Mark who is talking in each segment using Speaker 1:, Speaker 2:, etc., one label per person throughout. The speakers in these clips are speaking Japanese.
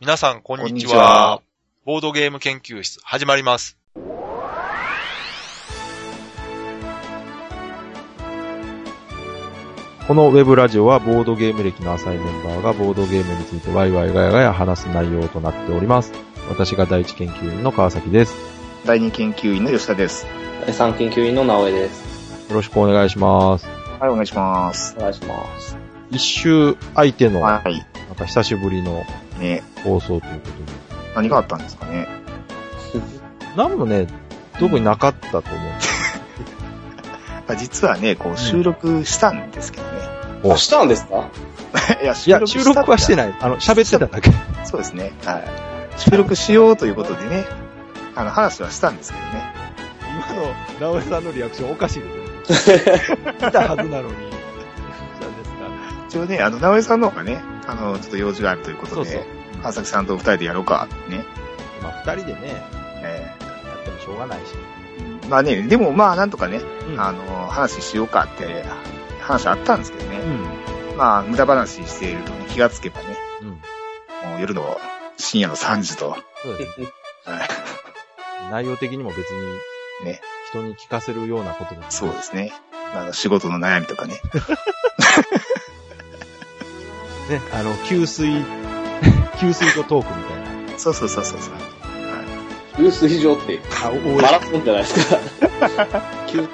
Speaker 1: 皆さん、こんにちは。
Speaker 2: こんにちは
Speaker 1: ボードゲーム研究室、始まります。
Speaker 3: このウェブラジオはボードゲーム歴の浅いメンバーがボードゲームについてワイワイガヤガヤ話す内容となっております。私が第一研究員の川崎です。
Speaker 2: 第二研究員の吉田です。
Speaker 4: 第3研究員の直江です。
Speaker 3: よろしくお願いします。
Speaker 2: はい、お願いします。
Speaker 4: お願いします。
Speaker 3: 一周相手の、な
Speaker 2: はい。
Speaker 3: んか久しぶりの
Speaker 2: ね、
Speaker 3: 放送ということで。
Speaker 2: 何があったんですかね。
Speaker 3: 何もね、特になかったと思
Speaker 2: あ実はね、こう、収録したんですけどね。
Speaker 3: お
Speaker 4: あ、したんですか
Speaker 2: い や、
Speaker 3: う。いや、収録はして
Speaker 2: い。
Speaker 3: ない。あの、喋ってただけ。
Speaker 2: そうですね。はい。収録しようということでね、あの、話はしたんですけどね。
Speaker 3: 今の、直江さんのリアクションおかしいです ね。来たはずなのに。
Speaker 2: 一応ね、あの、直江さんの方がね、あの、ちょっと用事があるということ
Speaker 3: そうそう
Speaker 2: で、。川崎さんと二人でやろうか、ね。
Speaker 3: まあ、二人でね、や
Speaker 2: え
Speaker 3: ってもしょうがないし。
Speaker 2: ーまあね、でもまあ、なんとかね、
Speaker 3: うん
Speaker 2: あの、話しようかって、話あったんですけど
Speaker 3: う
Speaker 2: ね。
Speaker 3: ん。
Speaker 2: まあ、無駄話しているとね気がつけばね、
Speaker 3: うん。
Speaker 2: もう夜の深夜の3時と、
Speaker 3: そう ですね。
Speaker 2: はい
Speaker 3: 内容的にも別に、
Speaker 2: ね。
Speaker 3: 人に聞かせるようなことだ
Speaker 2: そうですね。あの仕事の悩みとかね。
Speaker 3: ね。あの、給水、 給水とトークみたいな。
Speaker 2: そうそうそうそうそう。
Speaker 4: 給水場って、
Speaker 3: あ、お
Speaker 4: マラソンじゃないですか。給湯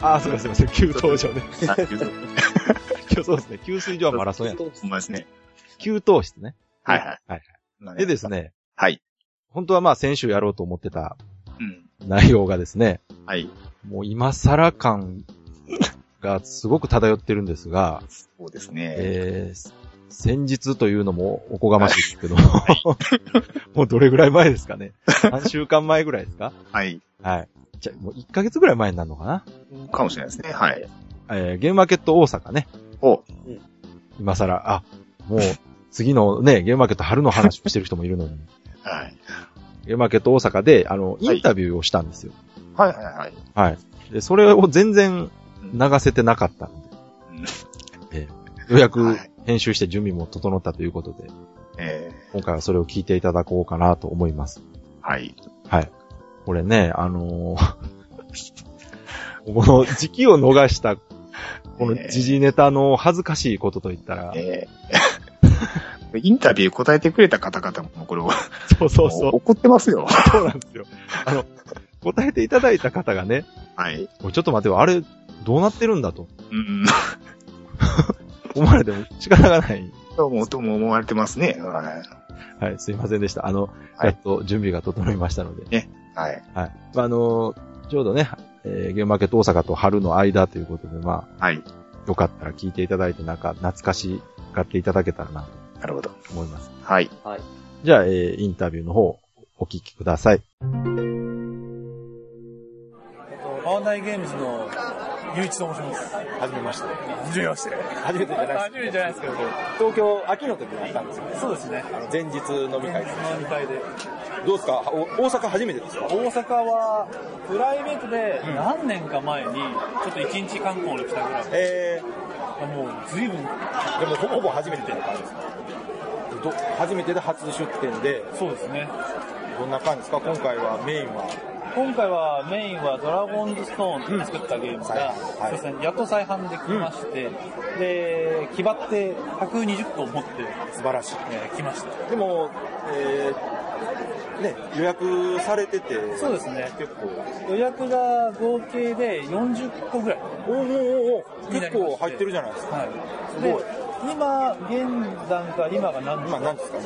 Speaker 4: 場。
Speaker 3: あ、すいません、すいません。給湯 所ね。
Speaker 2: あ、言うと
Speaker 3: 今日そうですね。給水所はマラソンや。
Speaker 2: ほんまですね。
Speaker 3: 給湯室ね。
Speaker 2: はいはい。
Speaker 3: はい
Speaker 2: まあね
Speaker 3: でです。ね、
Speaker 2: はい。
Speaker 3: 本当はまあ先週やろうと思ってた
Speaker 2: うん。
Speaker 3: 内容がですね、
Speaker 2: はい。
Speaker 3: もう今更感がすごく漂ってるんですが、
Speaker 2: そうですね。
Speaker 3: えー、先日というのもおこがましいですけど、 もうどれぐらい前ですかね。3週間前ぐらいですか
Speaker 2: はい。
Speaker 3: はい。じゃ、もう1ヶ月ぐらい前になるのかな
Speaker 2: かもしれないですね。はい。
Speaker 3: えーゲームマーケット大阪ね。
Speaker 2: お、
Speaker 3: 今更、あ、もう、次のね、ゲームマーケット春の話をしてる人もいるのに、
Speaker 2: はい。
Speaker 3: ゲームマーケット大阪で、あの、インタビューをしたんですよ。
Speaker 2: はいはいはい。
Speaker 3: はい。で、それを全然流せてなかったの
Speaker 2: うん
Speaker 3: で、えーようや
Speaker 2: は
Speaker 3: く
Speaker 2: い
Speaker 3: 編集して準備も整ったということで、
Speaker 2: え
Speaker 3: 今回はそれを聞いていただこうかなと思います。
Speaker 2: ー、はい。
Speaker 3: はい。これね、あのー この時期を逃した、この時事ネタの恥ずかしいことといったら、
Speaker 2: えー、 インタビュー答えてくれた方々も、これ、
Speaker 3: そうそうそう。
Speaker 2: 怒ってますよ。
Speaker 3: そうなんですよ。あの、答えていただいた方がね、
Speaker 2: はい。
Speaker 3: おいちょっと待ってよ、あれ、どうなってるんだと
Speaker 2: うん。
Speaker 3: 思われても仕方がない。
Speaker 2: どうも、どうも思われてますね。は
Speaker 3: はい、すいませんでした。あの、
Speaker 2: はい
Speaker 3: やっと準備が整いましたので。
Speaker 2: い。はい。
Speaker 3: はい。まあ、あの、ちょうどね、えーゲームマーケット大阪と春の間ということで、ま
Speaker 2: はい。
Speaker 3: あ、よかったら聞いていただいて、なんか懐かしがっていただけたらな
Speaker 2: なるほど。
Speaker 3: と思います。
Speaker 2: はい。
Speaker 3: じゃあ、えーインタビューの方、お聞きください。
Speaker 5: パワーナイゲームズのゆういちと申します。はじめまして。はじめまして。初めてじゃないです。初めてじゃないですけど、
Speaker 6: 東京、秋の時にあったんですよ。
Speaker 5: そうですね。
Speaker 6: あの前日飲み会です。
Speaker 5: 飲み会で。
Speaker 6: どうですかお大阪初めてですか
Speaker 5: 大阪は、プライベートで何年か前に、ちょっと一日観光に来たぐらい。
Speaker 6: え
Speaker 5: もう、ずいぶん、
Speaker 6: ー、でもほほぼ初めての感じですかど初めてで初出店で、
Speaker 5: そうですね。
Speaker 6: どんな感じですか今回はメインは。
Speaker 5: 今回はメインはドラゴンズストーンで作ったゲームが、
Speaker 6: はい
Speaker 5: そうですね、やっと再販できまして、で、気張って120個持って、
Speaker 6: 素晴らしい。
Speaker 5: えー来ました。
Speaker 6: でも、えー、ね、予約されてて、
Speaker 5: そうですね。
Speaker 6: 結構、
Speaker 5: 予約が合計で40個ぐらい。
Speaker 6: おーおーおーおー結構入ってるじゃないですか。
Speaker 5: はい。
Speaker 6: す
Speaker 5: で
Speaker 6: ごい、
Speaker 5: 今、現段階、今が何時
Speaker 6: 今何ですかね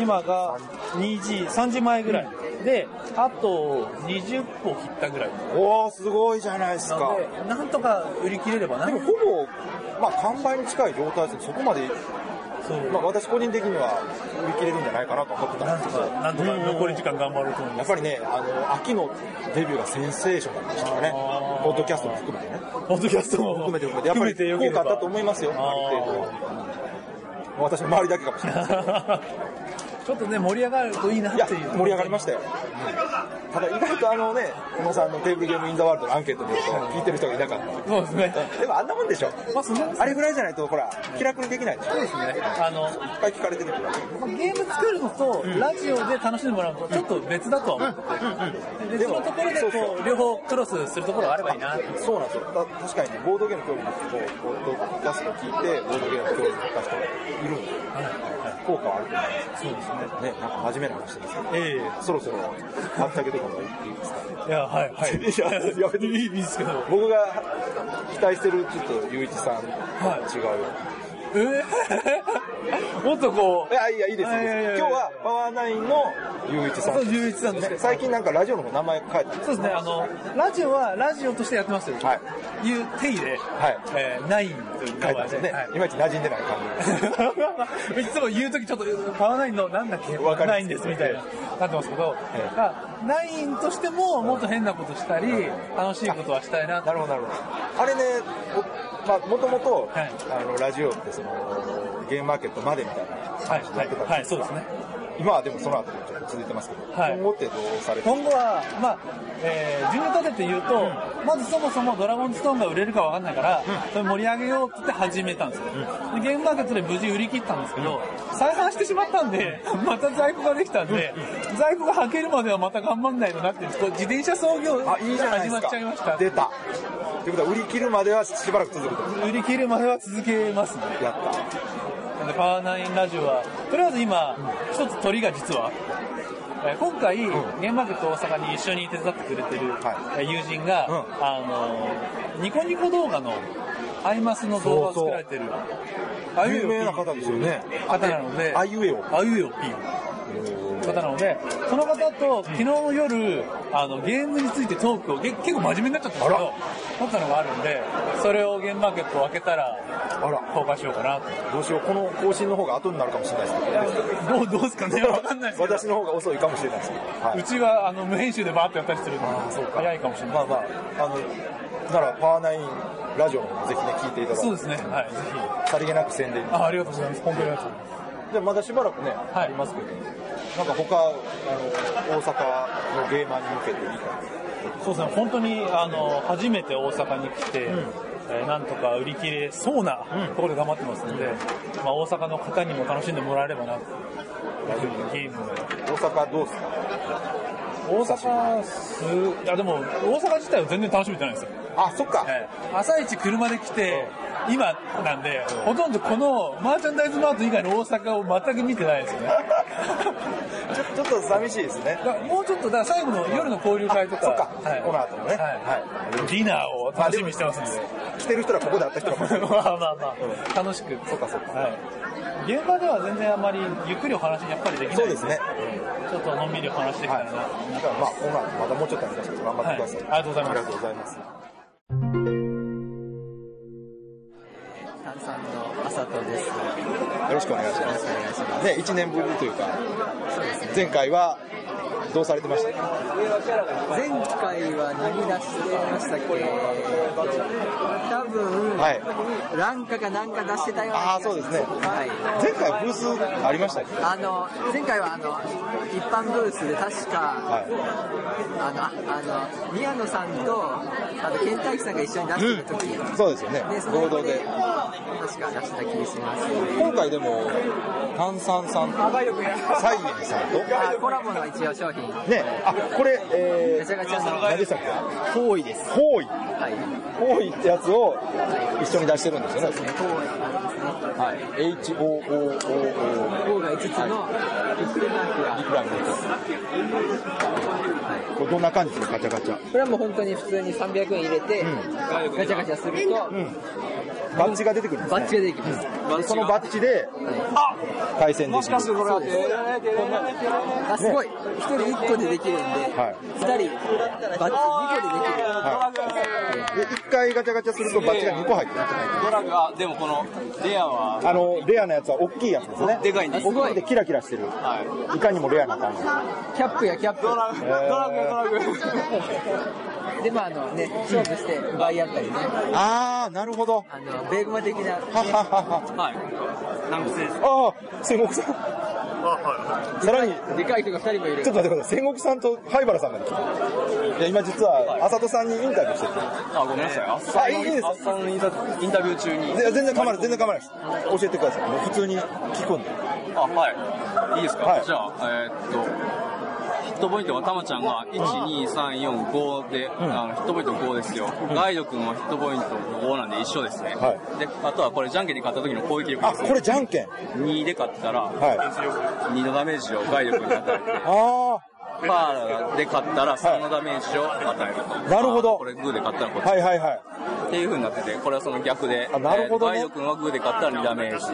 Speaker 5: 今が2時、3時前ぐらい。で、あと20歩切ったぐらい。
Speaker 6: おー、すごいじゃないです
Speaker 5: な
Speaker 6: か
Speaker 5: の。で、なんとか売り切れればな
Speaker 6: で。もほぼ、まあ完売に近い状態ですけど、そこまで
Speaker 5: そう。
Speaker 6: まあ、私個人的には売り切れるんじゃないかなと思ってた
Speaker 5: なんん
Speaker 6: で
Speaker 5: と
Speaker 6: すけど
Speaker 5: か、なんとか残り時間頑張ろうと思い
Speaker 6: や
Speaker 5: ま
Speaker 6: っ
Speaker 5: す
Speaker 6: ぱ。りね、あの、秋のデビューがセンセーショナルでしたよね
Speaker 5: あ。ー
Speaker 6: ポッドキャストも含めてね。
Speaker 5: ポッドキャストも
Speaker 6: 含めて含めて、やっぱり効果あったと思いますよ、あ
Speaker 5: あー
Speaker 6: る程度。私の周りだけかもしれないですけど。
Speaker 5: ちょっとね、盛り上がるといいなっ
Speaker 3: いや、
Speaker 5: ていう。
Speaker 3: 盛り上がりましたよ。ただ意外とあのね、小野さんのテーブルゲームインザワールドのアンケート見ると、聞いてる人がいなかった。
Speaker 5: そうですね。
Speaker 3: でもあんなもんでしょ。
Speaker 5: まあ、そんなもんです
Speaker 3: あれぐらいじゃないと、ほら、気楽にできないでしょ。いっ
Speaker 5: ね。あの、
Speaker 3: ぱい聞かれてるから。
Speaker 5: まあゲーム作るのと、ラジオで楽しんでもらうのと、ちょっと別だとは思ってて、別のところで
Speaker 3: そう
Speaker 5: こう、両方クロスするところがあればいいなって。
Speaker 3: そうなんですよ。だ確かにね、ボードゲーム興味の人と、こう、ポッドキャスト聞いて、ボードゲーム興味の人がいるんですよ。効果はあると思い
Speaker 5: そうですね。
Speaker 3: ます。ね、なんか真面目な話ですけど、
Speaker 5: え
Speaker 3: そろそろ、あったけとかも言っていいですか
Speaker 5: えいや、はい、はい。
Speaker 3: いややめて
Speaker 5: いいですけど。
Speaker 3: 僕が期待してる、ちょっと、ゆういちさん、違うよ。
Speaker 5: えー もっとこ
Speaker 3: いや、いや、いいです、いい
Speaker 5: いやいやい
Speaker 3: で
Speaker 5: や
Speaker 3: す。今日は、パワーナインのゆういちさん
Speaker 5: そう。ゆういちさんです
Speaker 3: ね最近なんかラジオの方名前変えたん
Speaker 5: う、
Speaker 3: です
Speaker 5: そうですね、あの、ラジオはラジオとしてやってますよ。
Speaker 3: はい。
Speaker 5: いう定義で、
Speaker 3: はい。
Speaker 5: えー、ナインという名
Speaker 3: 変えたん
Speaker 5: 前
Speaker 3: です
Speaker 5: で
Speaker 3: よね
Speaker 5: はい。
Speaker 3: いまいち馴染んでない感じ。
Speaker 5: いつも言うときちょっと、買わないの、なんだっけ、
Speaker 3: わかります
Speaker 5: ナインですみたいな、なってますけど、
Speaker 3: ええ
Speaker 5: あナインとしても、もっと変なことしたり、楽しいことはしたいなと。
Speaker 3: なるほど、なるほど。あれね、おまあ、もともと、
Speaker 5: はい
Speaker 3: あの、ラジオって、その、ゲームマーケットまでみたいな
Speaker 5: はい、
Speaker 3: 感じで
Speaker 5: は
Speaker 3: や
Speaker 5: い
Speaker 3: ってたんですけど、
Speaker 5: はい、そうですね。
Speaker 3: 今はでもその後もちょっと続いてますけど、
Speaker 5: はい
Speaker 3: 今後ってどうされて
Speaker 5: 今後は、まあ、えー、順に立てて言うと、まずそもそもドラゴンストーンが売れるかわかんないから、それ盛り上げようって言って始めたんですよ。で、ゲームマーケットで無事売り切ったんですけど、再販してしまったんで、また在庫ができたんで、在庫が履けるまではまた頑張んないとなって、こう自転車操業が
Speaker 3: あ、いいじゃないで
Speaker 5: 始ますっ
Speaker 3: か。
Speaker 5: ちゃいました。
Speaker 3: 出た。ということは、売り切るまではしばらく続くと。
Speaker 5: 売り切るまでは続けますね。
Speaker 3: やった。
Speaker 5: なんで、パワーナインラジオは、とりあえず今、一つ鳥が実は、えー今回、ゲームマーケット大阪に一緒に手伝ってくれてる
Speaker 3: は
Speaker 5: えー友人が、
Speaker 3: うん
Speaker 5: あのー、ニコニコ動画のアイマスの動画を作られてる、あ
Speaker 3: 有名な方ですよね。
Speaker 5: 方なので、
Speaker 3: あいうえを。
Speaker 5: あゆよピー方なので、その方と昨日の夜、あの、ゲームについてトークをけ結構真面目になっちゃったんですけど、撮ったのがあるんで、それをゲームマーケットを開けたら
Speaker 3: あら、
Speaker 5: 公開しようかなと。
Speaker 3: どうしよう。この更新の方が後になるかもしれないですけど。
Speaker 5: どう、どうですかねわかんないですけど。
Speaker 3: 私の方が遅いかもしれないですけど。は
Speaker 5: う
Speaker 3: い。
Speaker 5: ちはあの無編集でバーッとやったりするんで
Speaker 3: あーそうか
Speaker 5: 早いかもしれない。
Speaker 3: まあまあ、あの、なら、パワーナインラジオの方もぜひね、聞いていただいて。
Speaker 5: そうですね。はい、ぜひ。
Speaker 3: さりげなく宣伝
Speaker 5: あ、ありがとうございます。本当にありがとうございます。
Speaker 3: でまだしばらくね、
Speaker 5: い
Speaker 3: ありますけどなんか他あの大阪のゲーマーに向けていいか
Speaker 5: そうですね。本当にあの初めて大阪に来て、えーなんとか売り切れそうなところで頑張ってますので、まあ大阪の方にも楽しんでもらえればなと。ゲームを
Speaker 3: 大阪どうですか
Speaker 5: 大阪すいやでも大阪自体は全然楽しみじゃないですよ、
Speaker 3: あそっか、
Speaker 5: ええ朝一車で来て、今なんで、ほとんどこのマーチャンダイズマート以外の大阪を全く見てないですよね
Speaker 3: ちょ ちょっと寂しいですね
Speaker 5: だからもうちょっと、だから最後の夜の交流会とか、
Speaker 3: そっか、
Speaker 5: はい
Speaker 3: この後もね、
Speaker 5: はいディナーを楽しみにしてますんで。
Speaker 3: 来てる人はここで会った人かもしれな
Speaker 5: ま
Speaker 3: い
Speaker 5: あまあまあ、楽しく。
Speaker 3: そっかそっか
Speaker 5: はい。現場では全然あんまりゆっくりお話やっぱりできないん
Speaker 3: そうですね。
Speaker 5: ちょっとのんびりお話できた
Speaker 3: はい
Speaker 5: らな。
Speaker 3: だからまあこの後またもうちょっとありますけど頑張ってください、
Speaker 5: はいありがとうございます
Speaker 3: ありがとうございます
Speaker 7: 炭酸のあさとです。よ
Speaker 3: よろしくお願いし
Speaker 7: ろ
Speaker 3: ま
Speaker 7: しく
Speaker 3: す
Speaker 7: お願いします。
Speaker 3: ね1年ぶりというか前回はどうされてましたか
Speaker 7: 前回は何出してましたっけ多分、
Speaker 3: はい
Speaker 7: 乱価か何か出してたような気が
Speaker 3: あーそうですね
Speaker 7: はい。
Speaker 3: 前回ブースありましたっけ
Speaker 7: あの、前回はあの、一般ブースで確か、
Speaker 3: は
Speaker 7: あの、ああの、宮野さんと、あと、ケンタイキさんが一緒に出してた時、
Speaker 3: いそうですよね
Speaker 7: で、その
Speaker 3: 合
Speaker 7: 横
Speaker 3: 同
Speaker 7: で、
Speaker 3: で
Speaker 7: 確か出した気がします。
Speaker 3: 今回でも炭酸さんとサイエンさんと
Speaker 7: あ、コラボの一応商品、
Speaker 3: ねあこれえ
Speaker 7: めちゃくちゃ
Speaker 3: ー、
Speaker 7: の、
Speaker 3: 何でしたっけ
Speaker 7: 方位です。
Speaker 3: 方位
Speaker 7: はい。
Speaker 3: 方位ってやつを一緒に出してるんですよね
Speaker 7: 方位なんですね。
Speaker 3: はい HOOOO
Speaker 7: 方が5つのビッグマークが、
Speaker 3: リクラムです
Speaker 7: はい、
Speaker 3: これどんな感じですかガチャガチャ
Speaker 7: これはもう本当に普通に300円入れて、
Speaker 3: ん
Speaker 7: ガチャガチャすると、
Speaker 3: バッジが出てくるんです、ね、
Speaker 7: バッジが出てきます、
Speaker 3: そのバッジで対戦できるもしかしてこれは
Speaker 7: あすごい、1人1個でできるんで、
Speaker 3: はい
Speaker 7: 2人バッジ2個でで
Speaker 3: で1
Speaker 7: きる、
Speaker 3: 回ガチャガチャするとバッジが2個入ってる
Speaker 8: ドラが、でもこの、レアは、
Speaker 3: あのレアなやつは大きいやつですね
Speaker 8: でかいんです
Speaker 3: 大きくてキラキラしてる、い、かにもレアな感じ
Speaker 7: キャップやキャッ
Speaker 8: ドラ
Speaker 7: プ
Speaker 8: グ、ドラグ、ドラグ。
Speaker 7: でまああのね勝負して奪い合ったりね
Speaker 3: ああなるほどは
Speaker 7: あのベーグマ的な
Speaker 3: ははは
Speaker 8: はい。南仏です。
Speaker 3: ああ、戦国さん。さらに、
Speaker 7: でかい人が二人もいる
Speaker 3: ちょっと待ってください。千石さんと灰原さんが来た。いや、今実は、あさとさんにインタビューしてて。
Speaker 9: あ、ごめんなさい。あっさん
Speaker 3: あ、いいです
Speaker 9: あっさんのインタインタビュー中に。
Speaker 3: ぜ全然構わない、全然構わないです。教えてください。もう普通に聞くんで。
Speaker 9: あ、はい。いいですか、
Speaker 3: はい
Speaker 9: じゃあ、えーっと、ヒットポイントはたまちゃんが1、2、3、4、5で、あのヒットポイント5ですよ。ガイド君はヒットポイント5なんで一緒ですね。
Speaker 3: はい
Speaker 9: で、あとはこれ、ジャンケンで勝った時の攻撃力
Speaker 3: あ、
Speaker 9: です、
Speaker 3: これじゃんけん。
Speaker 9: 2で勝ったら、
Speaker 3: はい。
Speaker 9: 2のダメージをガイド君に与えて、
Speaker 3: あ
Speaker 9: パーで勝ったら3のダメージを与えると。
Speaker 3: なるほど
Speaker 9: これ、グーで勝ったらこっ
Speaker 3: あ、
Speaker 9: ち。
Speaker 3: はいはいはい。
Speaker 9: っていう風になってて、これはその逆で、
Speaker 3: あなるほどね
Speaker 9: えーガイド君はグーで勝ったら2ダメージ、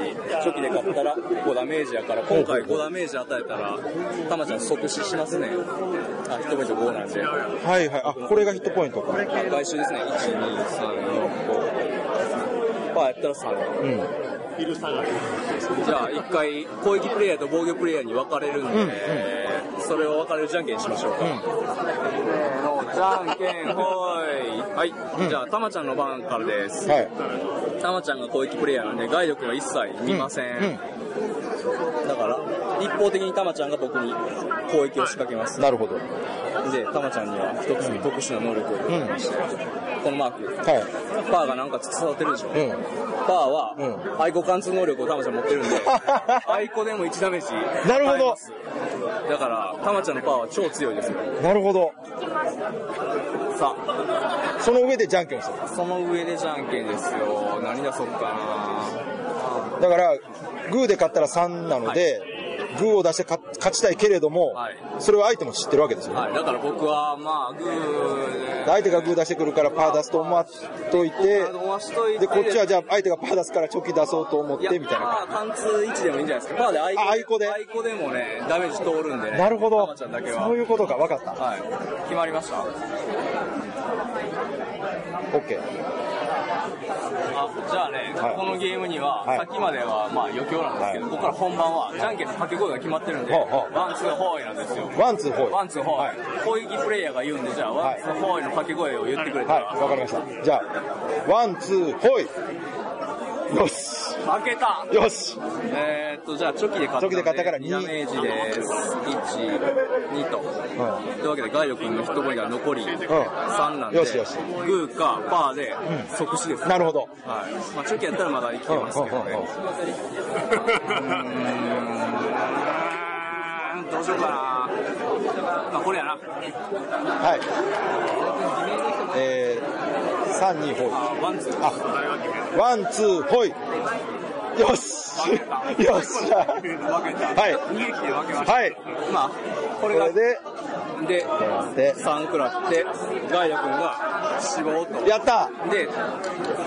Speaker 9: 初期で勝ったら5ダメージやから、今回5ダメージ与えたら、たまちゃん即死しますね。あ、一目で5なんで。あ
Speaker 3: はいはい。あ、これがヒットポイントか。
Speaker 9: 外周ですね。1、2、3、4、5。パーやったら3。
Speaker 3: うん。
Speaker 9: じゃあ、一回、攻撃プレイヤーと防御プレイヤーに分かれるんで、それを分かれるじゃんけんしましょうか。じゃんけん、ほーい。はい。じゃあ、たまちゃんの番からです。
Speaker 3: はい。
Speaker 9: たまちゃんが攻撃プレイヤーなんで、外力は一切見ません。だから、一方的にたまちゃんが僕に攻撃を仕掛けます。
Speaker 3: なるほど。は
Speaker 9: で、たまちゃんには一つ特殊な能力を入れまして、このマーク。
Speaker 3: い。
Speaker 9: パーがなんか突き刺さってるでしょ。
Speaker 3: うん。
Speaker 9: パーは、アイコ貫通能力をたまちゃん持っ てるんで、アイコでも1ダメージ。な
Speaker 3: るほど。
Speaker 9: だから、たまちゃんのパーは超強いですよ。
Speaker 3: なるほど。
Speaker 9: さあ、
Speaker 3: その上でじゃんけんをする。
Speaker 9: その上でじゃんけんですよ。何出そうかな
Speaker 3: だから、グーで勝ったら3なので、グーを出して勝勝ちたいけれども、
Speaker 9: はい
Speaker 3: それは相手も知ってるわけですよね。
Speaker 9: はい、だから僕は、まあ、グーで、
Speaker 3: 相手がグー出してくるからパー出すと思っといて、
Speaker 9: 回しといて、
Speaker 3: で、こっちはじゃあ相手がパー出すからチョキ出そうと思っ
Speaker 9: いや、
Speaker 3: てみたいな
Speaker 9: まあ、
Speaker 3: 感
Speaker 9: 貫通1でもいいんじゃないですか。まあ、で、アイ
Speaker 3: あアイコで
Speaker 9: アイコでもね、ダメージ通るんで
Speaker 3: じ。
Speaker 9: ね。
Speaker 3: なるほ
Speaker 9: タマ
Speaker 3: ど。
Speaker 9: ちゃんだけは。
Speaker 3: そういうことか、分かった。
Speaker 9: はい。決まりました。
Speaker 3: オッケー。
Speaker 9: あじゃあね、
Speaker 3: はい
Speaker 9: このゲームには、
Speaker 3: はい
Speaker 9: さっきまではまあ余興なんですけど、
Speaker 3: はい
Speaker 9: ここから本番は、じゃんけんの掛け声が決まってるんで、
Speaker 3: ほうほう
Speaker 9: ワン、ツー、ホーイなんですよ。
Speaker 3: ワン、ツー、フォーイ。
Speaker 9: ワン、ツー、ホ
Speaker 3: は
Speaker 9: ー
Speaker 3: い
Speaker 9: イ。。攻撃プレイヤーが言うんで、じゃあ、ワン、ツー、ホーイの掛け声を言ってくれた
Speaker 3: はい、
Speaker 9: ら、
Speaker 3: わかりました。じゃあ、ワン、ツー、フォーイ。よし。
Speaker 9: 負けた
Speaker 3: よし。
Speaker 9: えー、っと、じゃあ、チョキで勝
Speaker 3: チ
Speaker 9: った
Speaker 3: ョキで勝ったから
Speaker 9: 2ダメージです。1、2と。
Speaker 3: う
Speaker 9: というわけで、ガイド君のヒットボーイが残り3なんで、
Speaker 3: よしよし
Speaker 9: グーかパーで即死です。
Speaker 3: ん。なるほど。
Speaker 9: はい。まあ、チョキやったらまだ生きてますけどね。
Speaker 3: うんうんうんうん
Speaker 9: うーんどうしようかなまあ、これやな。
Speaker 3: はい。えー、三、二、フォーイ。
Speaker 9: あワン、ツー。
Speaker 3: あ、ワン、ツー、ほい。よし。よっしゃ。は
Speaker 9: 逃げ切って分けま
Speaker 3: い。
Speaker 9: した。
Speaker 3: はい。
Speaker 9: まあ、こ
Speaker 3: こ
Speaker 9: れが
Speaker 3: れ、で、
Speaker 9: で、
Speaker 3: で、
Speaker 9: 3食らって、ガイド君が死亡と。
Speaker 3: やった
Speaker 9: で、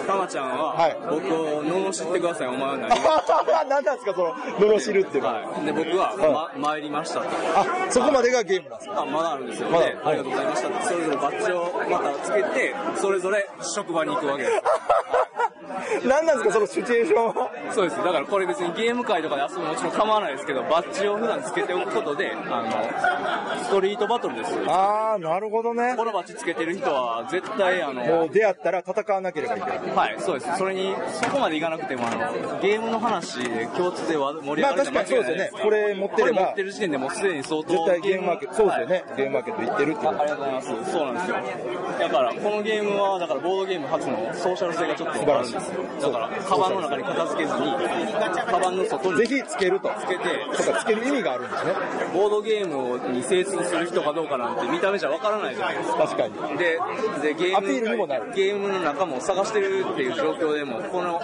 Speaker 9: たまちゃんは、
Speaker 3: はい
Speaker 9: 僕を罵ってください、お前は何が。
Speaker 3: ー何なんですか、その、罵るっていうのは。
Speaker 9: はい、で、僕は、ま、参りましたと。
Speaker 3: あ、そこまでがゲームなんですか
Speaker 9: あ、まだあるんですよ。
Speaker 3: まだ
Speaker 9: で、ありがとうございましたって。それぞれバッジをまたつけて、それぞれ職場に行くわけです。
Speaker 3: 何なんですか、そのシチュエーションは。
Speaker 9: そうです。だからこれ別にゲーム会とかで遊ぶのもちろん構わないですけど、バッジを普段つけておくことで、あの、ストリートバトルですよ。
Speaker 3: あー、なるほどね。
Speaker 9: このバッジつけてる人は、絶対、あの、
Speaker 3: もう出会ったら戦わなければいけない。
Speaker 9: はい、そうです。それに、そこまでいかなくても、あの、ゲームの話で共通でわ盛り上
Speaker 3: ま
Speaker 9: が
Speaker 3: あ
Speaker 9: るの
Speaker 3: 確
Speaker 9: は
Speaker 3: かにそうですよね。これ持っ
Speaker 9: こ
Speaker 3: て
Speaker 9: れ
Speaker 3: れ
Speaker 9: 持っ
Speaker 3: ば
Speaker 9: て、る時点でもうすでに相当
Speaker 3: 絶対ゲームマーケット、そうですよね。ゲームマーケット行ってるっていう
Speaker 9: あ
Speaker 3: こ
Speaker 9: ありがとうございます。そうなんですよ。だから、このゲームは、だからボードゲーム初のソーシャル性がちょっとあるんですよ。だから、カバンの中に片付けずに、カバンの外
Speaker 3: と。
Speaker 9: に
Speaker 3: ぜ
Speaker 9: つ
Speaker 3: ひつけると。
Speaker 9: けて、
Speaker 3: とかつける意味があるんですね。
Speaker 9: ボードゲームに精通する人かどうかなんて見た目じゃわからないじゃないですか。
Speaker 3: 確かに。
Speaker 9: で、でゲーム
Speaker 3: アピールにもなる
Speaker 9: ゲームの中も探してるっていう状況でも、この、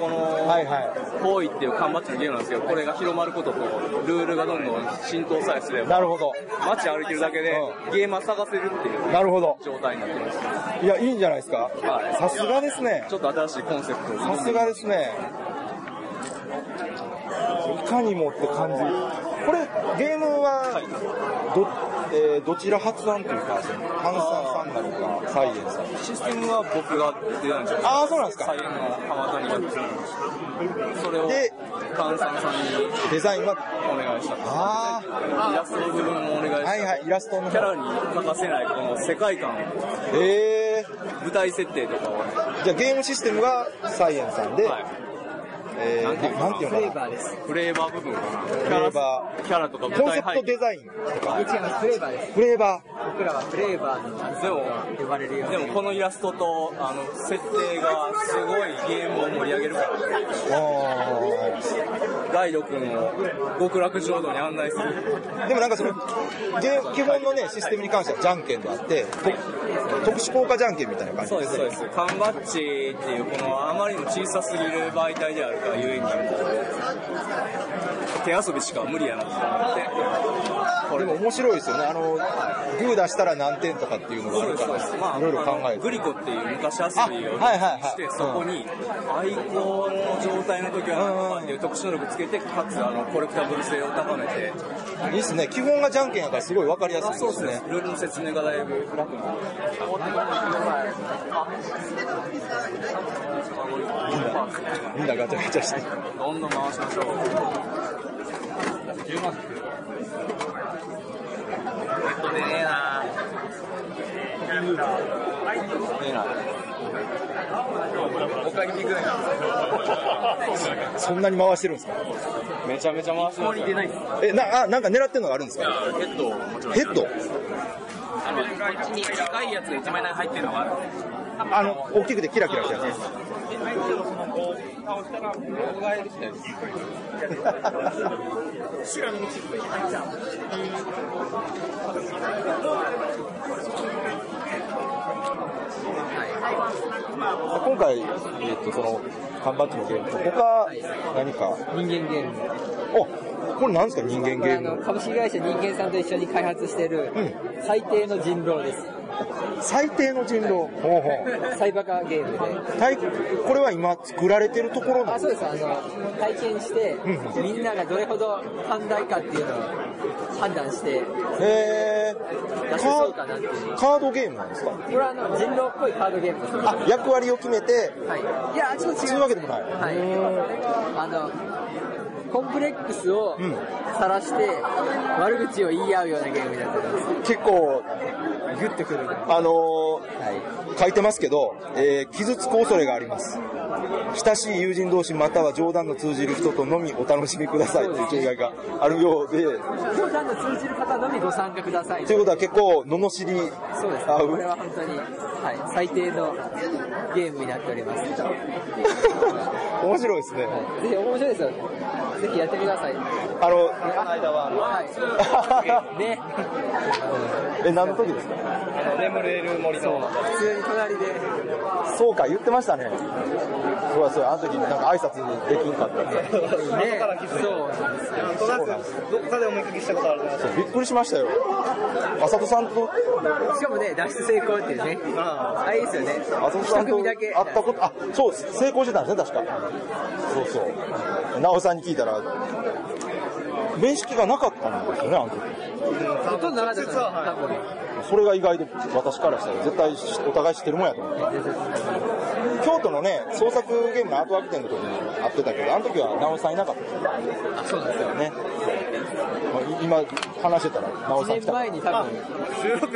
Speaker 9: この、
Speaker 3: はいは
Speaker 9: 行為っていう缶バッジのゲームなんですけど、これが広まることと、ルールがどんどん浸透さえすれ
Speaker 3: い。
Speaker 9: ば、
Speaker 3: なるほど。
Speaker 9: 街歩いてるだけで、ゲーマー探せるっていう
Speaker 3: なるほど。
Speaker 9: 状態になってます。
Speaker 3: いや、いいんじゃないですか。
Speaker 9: はい
Speaker 3: さすがですね。
Speaker 9: ちょっと新しいコンセプトを
Speaker 3: さすがですね。いかにもって感じ。これ、ゲームは、ど、えーどちら発案というか、炭酸さんなのか、サイエンさんなのか。
Speaker 9: システムは僕が出たんじゃない
Speaker 3: ああ、そうなんです
Speaker 9: か。
Speaker 3: か。
Speaker 9: 菜園の浜谷がそれを
Speaker 3: で、
Speaker 9: 炭酸さんに
Speaker 3: デザインは、
Speaker 9: お願いした。
Speaker 3: あ
Speaker 9: イラストの部分もお願いし
Speaker 3: あ、
Speaker 9: た。
Speaker 3: はいはい、イラストの
Speaker 9: キャ
Speaker 3: 方。
Speaker 9: ラに欠かせないこの世界観、
Speaker 3: ええ
Speaker 9: 舞台設定とかをね、
Speaker 3: じゃあゲームシステムがサイエンさんで、
Speaker 9: はい
Speaker 6: え
Speaker 9: なんていう
Speaker 6: ー、
Speaker 9: かな
Speaker 6: なんていう
Speaker 7: フレー
Speaker 6: のかな。
Speaker 7: バーです。
Speaker 9: フレーバー部分
Speaker 6: フレーバ
Speaker 9: キャラとか
Speaker 6: ー。
Speaker 9: 舞
Speaker 6: コン
Speaker 9: 台
Speaker 6: セプ
Speaker 9: 背
Speaker 6: トデ
Speaker 9: 景
Speaker 6: ザインとか
Speaker 7: 違い、ます。フレーバーです。
Speaker 6: フレーバ
Speaker 7: 僕らはフレーバーの
Speaker 9: でも
Speaker 7: 呼ばれるよう
Speaker 9: で
Speaker 7: に。
Speaker 9: もこのイラストとあの設定がすごいゲームを盛り上げるからね
Speaker 6: ー。あ
Speaker 9: ガイド君を極楽浄土に案内する
Speaker 6: ーでもなんかその、ゲー基本のね、システムに関してはじゃんけんであって、と特殊効果じゃんけんみたいな感じ
Speaker 9: そうですそうです缶バッジっていうこのあまりにも小さすぎる媒体であるがゆえにもう手遊びしか無理やなって思ってこれ
Speaker 6: でも面白いですよね。あの、グー出したら何点とかっていうのがあ
Speaker 9: そう
Speaker 6: る
Speaker 9: で
Speaker 6: か
Speaker 9: すそうですま
Speaker 6: ら、
Speaker 9: あ
Speaker 6: いろいろ考
Speaker 9: あ
Speaker 6: え
Speaker 9: の
Speaker 6: て。
Speaker 9: グリコっていう昔遊びを
Speaker 6: あはいはいはい
Speaker 9: してそこにアイコンの状態の時はなんとかっていう特殊能力つけてかつあのコレクタブル性を高めて
Speaker 6: いいっすね。基本がじゃんけんやからすごいわかりやすいです
Speaker 9: そう
Speaker 6: ね。
Speaker 9: ですねルールの説明がだいぶ楽になる
Speaker 6: みんなガチャガチャして。
Speaker 9: どんどん回しましょう
Speaker 6: そんなに回してるんですか
Speaker 9: めちゃめちゃ回しましょう
Speaker 6: え、な、あ、なんか狙ってるのがあるんですか
Speaker 9: ヘッドもちろん
Speaker 6: ヘッド
Speaker 9: あの近いやつが1枚だけ入ってるのがある
Speaker 6: あの、大きくてキラキラしてるやつ。今回、えっと、その、缶バッジのゲームと、他、何か、
Speaker 7: 人間ゲーム。
Speaker 6: お、これなんですか人間
Speaker 7: こ
Speaker 6: ゲ
Speaker 7: れ
Speaker 6: ー
Speaker 7: あの
Speaker 6: ム。
Speaker 7: 株式会社人間さんと一緒に開発してる最低の人狼です。
Speaker 6: 最低の人狼。ほうほう。
Speaker 7: サイバカゲームで。
Speaker 6: たいこれは今作られてるところな
Speaker 7: あ
Speaker 6: んで
Speaker 7: そうですあの体験して
Speaker 6: う
Speaker 7: みんながどれほど寛大かっていうのを判断して
Speaker 6: すへ
Speaker 7: 出
Speaker 6: ー
Speaker 7: せそうかなっていう
Speaker 6: カカードゲームなんですか
Speaker 7: これはあの人狼っぽいカードゲームです
Speaker 6: あ役割を決めて
Speaker 7: はい、いやちょっと違う
Speaker 6: そういうわけでもない
Speaker 7: はい、あのコンプレックスを
Speaker 6: うん
Speaker 7: 晒して悪口を言い合うようなゲームになってます
Speaker 6: 結構
Speaker 7: グッとくるは
Speaker 6: あの
Speaker 7: い
Speaker 6: ー書いてますけど、えー傷つく恐れがあります親しい友人同士または冗談の通じる人とのみお楽しみくださいという形骸があるようで
Speaker 7: 冗談の通じる方のみご参加ください
Speaker 6: ということは結構罵り
Speaker 7: そうです
Speaker 6: あ
Speaker 7: これは本当に、はい、最低のゲームになっております
Speaker 6: 面白いですね
Speaker 7: はいぜひ面白いですよぜひやってください
Speaker 6: あの
Speaker 7: はいね
Speaker 6: え何の時ですか
Speaker 7: 普通に隣で
Speaker 6: そうか言ってましたねそうだそうだあの時なんか挨拶できんかったです
Speaker 7: ねそうなんですよ
Speaker 6: そうびっくりしましたよ。あさとさんと、
Speaker 7: しかもね脱出成功っていうねあいいですよね
Speaker 6: あさとさ
Speaker 7: 一
Speaker 6: んと
Speaker 7: 組
Speaker 6: 会
Speaker 7: だ
Speaker 6: っ
Speaker 7: け
Speaker 6: たこと、あ、そうです。成功してたんですね、確か。そうそう。なおさんに聞いたら、面識がなかったんですよね、あの時。
Speaker 7: ほとんどなかったから多分
Speaker 6: それが意外で、私からしたら絶対しお互い知ってるもんやと思って。京都のね、創作ゲームのアートワーク展の時に会ってたけど、あの時はなおさんいなかった。そうですよね。まあい今話してたら、なおさん
Speaker 7: 1
Speaker 6: 来
Speaker 7: 年
Speaker 6: たから
Speaker 7: 前に多分
Speaker 6: 知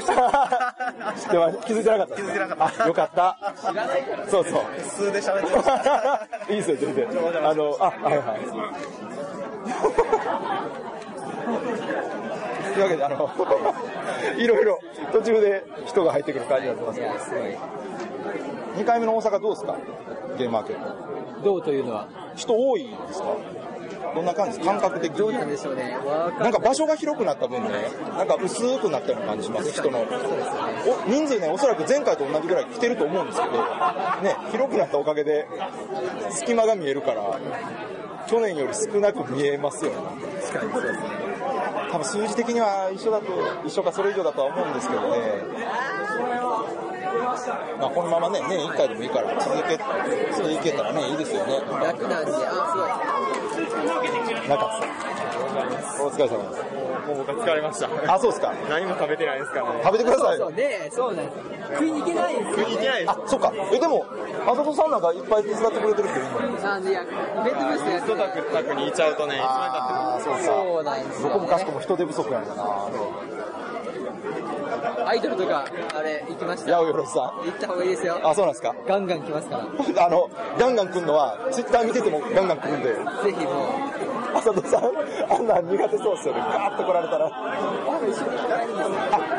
Speaker 6: って ま気づいてなかった。気づいてなかった。あ、よかった。知らないから。そうそう。普通で喋ってま した。いいですよ、全然。あの、あ、はい はい。というわけで、あ の、いろいろ途中で人が入ってくる感じだと思います
Speaker 7: すご
Speaker 6: けど、2回目の大阪どうですかゲームマーケット。
Speaker 7: いどうというのは
Speaker 6: 人多いですかどんな感じですか感覚的
Speaker 7: どうな
Speaker 6: に。
Speaker 7: んでしょうねわ
Speaker 6: なん
Speaker 7: か
Speaker 6: か場所が広くなった分ね、なんか薄くなったような感じします、人の。お人数ね、おそらく前回と同じぐらい来てると思うんですけど、ね、広くなったおかげで、隙間が見えるから、去年より少なく見えますよね。多分数字的には一緒だと、一緒かそれ以上だとは思うんですけどね。まあ、このままね、年1回でもいいから続けていけたらね、いいですよね。
Speaker 7: 楽なんであ
Speaker 6: 中津さん。お疲れ様です。
Speaker 10: もう僕は疲れました。
Speaker 6: あ、そうですか。
Speaker 10: 何も食べてないですからね。
Speaker 6: 食べてくだ
Speaker 7: すご
Speaker 6: さ
Speaker 7: い
Speaker 6: い
Speaker 7: そ
Speaker 6: よ
Speaker 7: う。ねそうなんです食いに行けないんですよ
Speaker 10: いけないです。
Speaker 6: あ、そっか。え、でも、あさとさんなんかいっぱい手伝ってくれてるけど、今。
Speaker 7: なんでいやイベントブースでやって
Speaker 10: 一
Speaker 7: ない
Speaker 10: 択択にいちゃうとね、いつまで経っても。
Speaker 6: あー、そう
Speaker 7: そうなんです
Speaker 6: ど
Speaker 7: よ
Speaker 6: こもかしこ
Speaker 7: ね
Speaker 6: も人手不足やんだな。
Speaker 7: あ
Speaker 11: アイドルとか、あれ、行きました。
Speaker 6: 八
Speaker 11: 行
Speaker 6: 百万さ
Speaker 11: った方がいいですよ
Speaker 6: ん。。あ、そうなんですか。
Speaker 11: ガンガン来ますから。
Speaker 6: あの、ガンガン来るのは、ツイッター見ててもガンガン来るんで、
Speaker 11: ぜひもう、
Speaker 6: 浅戸さん、あんなん苦手そうですよね。ガーッと来られたら。あ、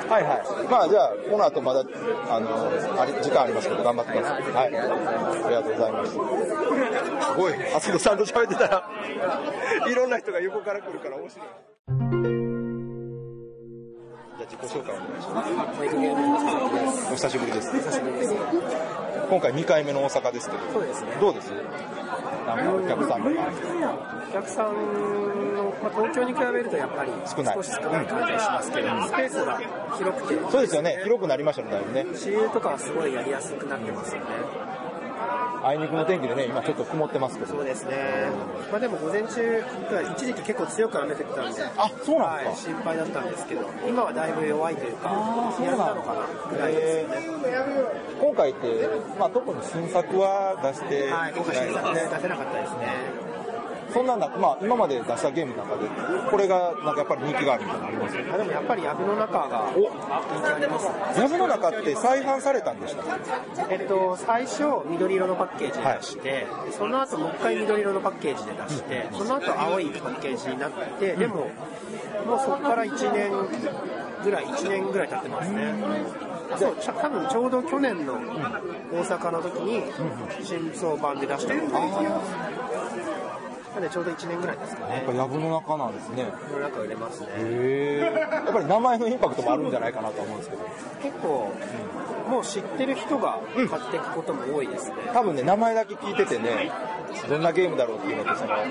Speaker 6: はいはい。まあじゃあ、この後まだ、あの、あれ、時間ありますけど、頑張ってください。はい。ありがとうございます。すごい、浅戸さんと喋ってたら、いろんな人が横から来るから面白い。じゃあ自己紹介お願いします。お久しぶりです。今回2回目の大阪ですけど、どうですなんかお客さんが
Speaker 7: お客さんの、まあ、東京に比べるとやっぱり
Speaker 6: 少ない
Speaker 7: 少し少ない感じがしますけど、スペースが広くて、
Speaker 6: そうですよね、広くなりましたね、だいぶね。
Speaker 7: CU とかはすごいやりやすくなってますよね。
Speaker 6: あいにくの天気でね、今ちょっと曇ってますけど。
Speaker 7: そうですね。まあでも午前中、一時期結構強く雨降ってたんで、
Speaker 6: あ、そうなん
Speaker 7: はい、
Speaker 6: ですか。
Speaker 7: 心配だったんですけど、今はだいぶ弱いというか、やめたのかなぐらいですよね。
Speaker 6: 今回って、まあ特に新作は出して
Speaker 7: はい、今回
Speaker 6: ない
Speaker 7: 新作
Speaker 6: ですね。
Speaker 7: 出せなかったですね。
Speaker 6: そんなんだ、まあ今まで出したゲームの中で、これがなんかやっぱり人気があるみたいなのあります
Speaker 7: まあでもやっぱり藪の中が人気ありますね。
Speaker 6: ヤブの中って再販されたんでしたっ
Speaker 7: えっと、最初、緑色のパッケージで出して、その後、もう一回緑色のパッケージで出して、その後、青いパッケージになって、でも、もうそこから1年ぐらい、1年ぐらい経ってますね。そう、ちゃ多分ちょうど去年の大阪の時に、新装版で出したのが、なんでちょうど1年ぐらいですか
Speaker 6: けや
Speaker 7: ね
Speaker 6: っ。ぱヤブの中なんですね。
Speaker 7: 世の中売れますね。
Speaker 6: へえ。やっぱり名前のインパクトもあるんじゃないかなと思うんですけど。
Speaker 7: 結構、もう知ってる人が買っていくことも多いですね。
Speaker 6: 多分ね、名前だけ聞いててね、どんなゲームだろうっていうのって、その、や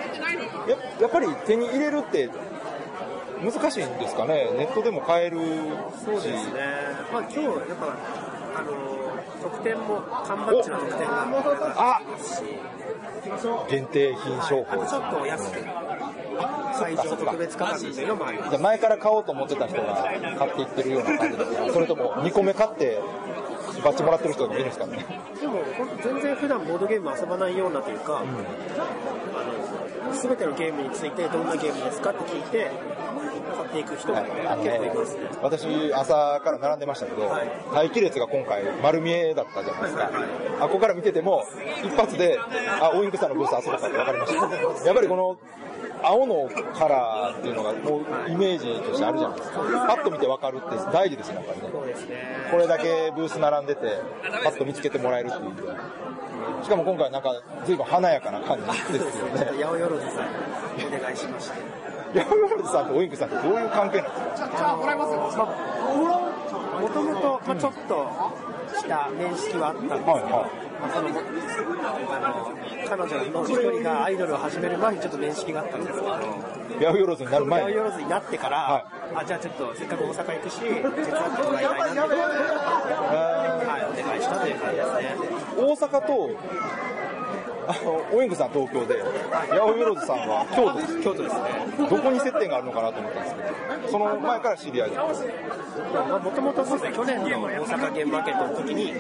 Speaker 6: やっぱり手に入れるって、難しいんですかね。ネットでも買えるし。
Speaker 7: そうですね。まあ今日やっぱあの得点も缶バッジの得点が
Speaker 6: あ
Speaker 7: ますし、
Speaker 6: 限定品商
Speaker 7: あ
Speaker 6: 法
Speaker 7: と
Speaker 6: です
Speaker 7: ちょっと安く最上特別価格っていうのもあります。
Speaker 6: じゃあ前から買おうと思ってた人が買っていってるような感じですかそれとも2個目買ってバッチもらってる人がいるんですかね
Speaker 7: でも本当全然普段ボードゲーム遊ばないようなというか、すべてのゲームについてどんなゲームですかって聞いて買っていく人が結
Speaker 6: あのね
Speaker 7: 構いますね。
Speaker 6: 私朝から並んでましたけど
Speaker 7: はい
Speaker 6: 待機列が今回丸見えだったじゃないですか
Speaker 7: はいはい
Speaker 6: あここから見てても一発であオインクさんのブースあそこかって分かりましたやっぱりこの青のカラーっていうのがもうイメージとしてあるじゃないですかパッと見て分かるって大事ですねやっぱりね
Speaker 7: そうですね。
Speaker 6: これだけブース並んでて、パッと見つけてもらえるっていう。しかも今回なんか、随分華やかな感じです
Speaker 7: ち
Speaker 6: よ
Speaker 7: ょっと
Speaker 6: ね。
Speaker 7: 八百万さんにお願いしました。
Speaker 6: ヤマルさんとウインクさんってどういう関係なんですか
Speaker 7: もともと、まあ、ちょっとした面識はあったんですけど、
Speaker 6: はいはい
Speaker 7: まあそのあの彼女の一人がアイドルを始める前にちょっと面識があったんですけど、
Speaker 6: ヤウヨロズになる
Speaker 7: ダ
Speaker 6: 前
Speaker 7: ウ
Speaker 6: に。
Speaker 7: ヨロズになってから、
Speaker 6: は
Speaker 7: あじゃあちょっとせっかく大阪行くし、手伝ってもらいたいなって、はい、お願いしたという感じですね。
Speaker 6: 大阪と、あの、ウインクさん東京で、ヤオヨロズさんは京都です。京都ですね。どこに接点があるのかなと思ったんですけど、その前から知り合いだったんです
Speaker 7: もともとそうですね、去年の大阪ゲームマーケットの時に、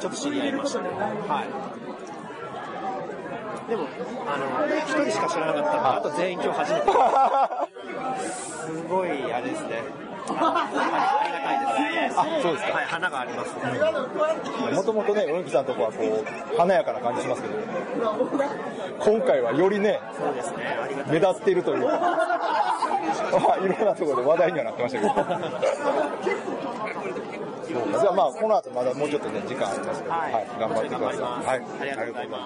Speaker 7: ちょっと知り合いましたね。はい。でも、あの、一人しか知らなかったんで、あと全員今日初めて。すごい、あれですね。あありがたいです。
Speaker 6: あそうですか
Speaker 7: はい、花がありますね。
Speaker 6: もともとね、ウインクさんのとこはこう、華やかな感じしますけど、今回はよりね、
Speaker 7: そうですね、ありがたい。
Speaker 6: 目立っているというか、 まあ、いろんなところで話題にはなってましたけど。そうかじゃあまあ、この後まだもうちょっとね、時間ありますけど、
Speaker 7: はい
Speaker 6: はい、頑張ってください。。
Speaker 7: もうちょい頑張りますありがとうございま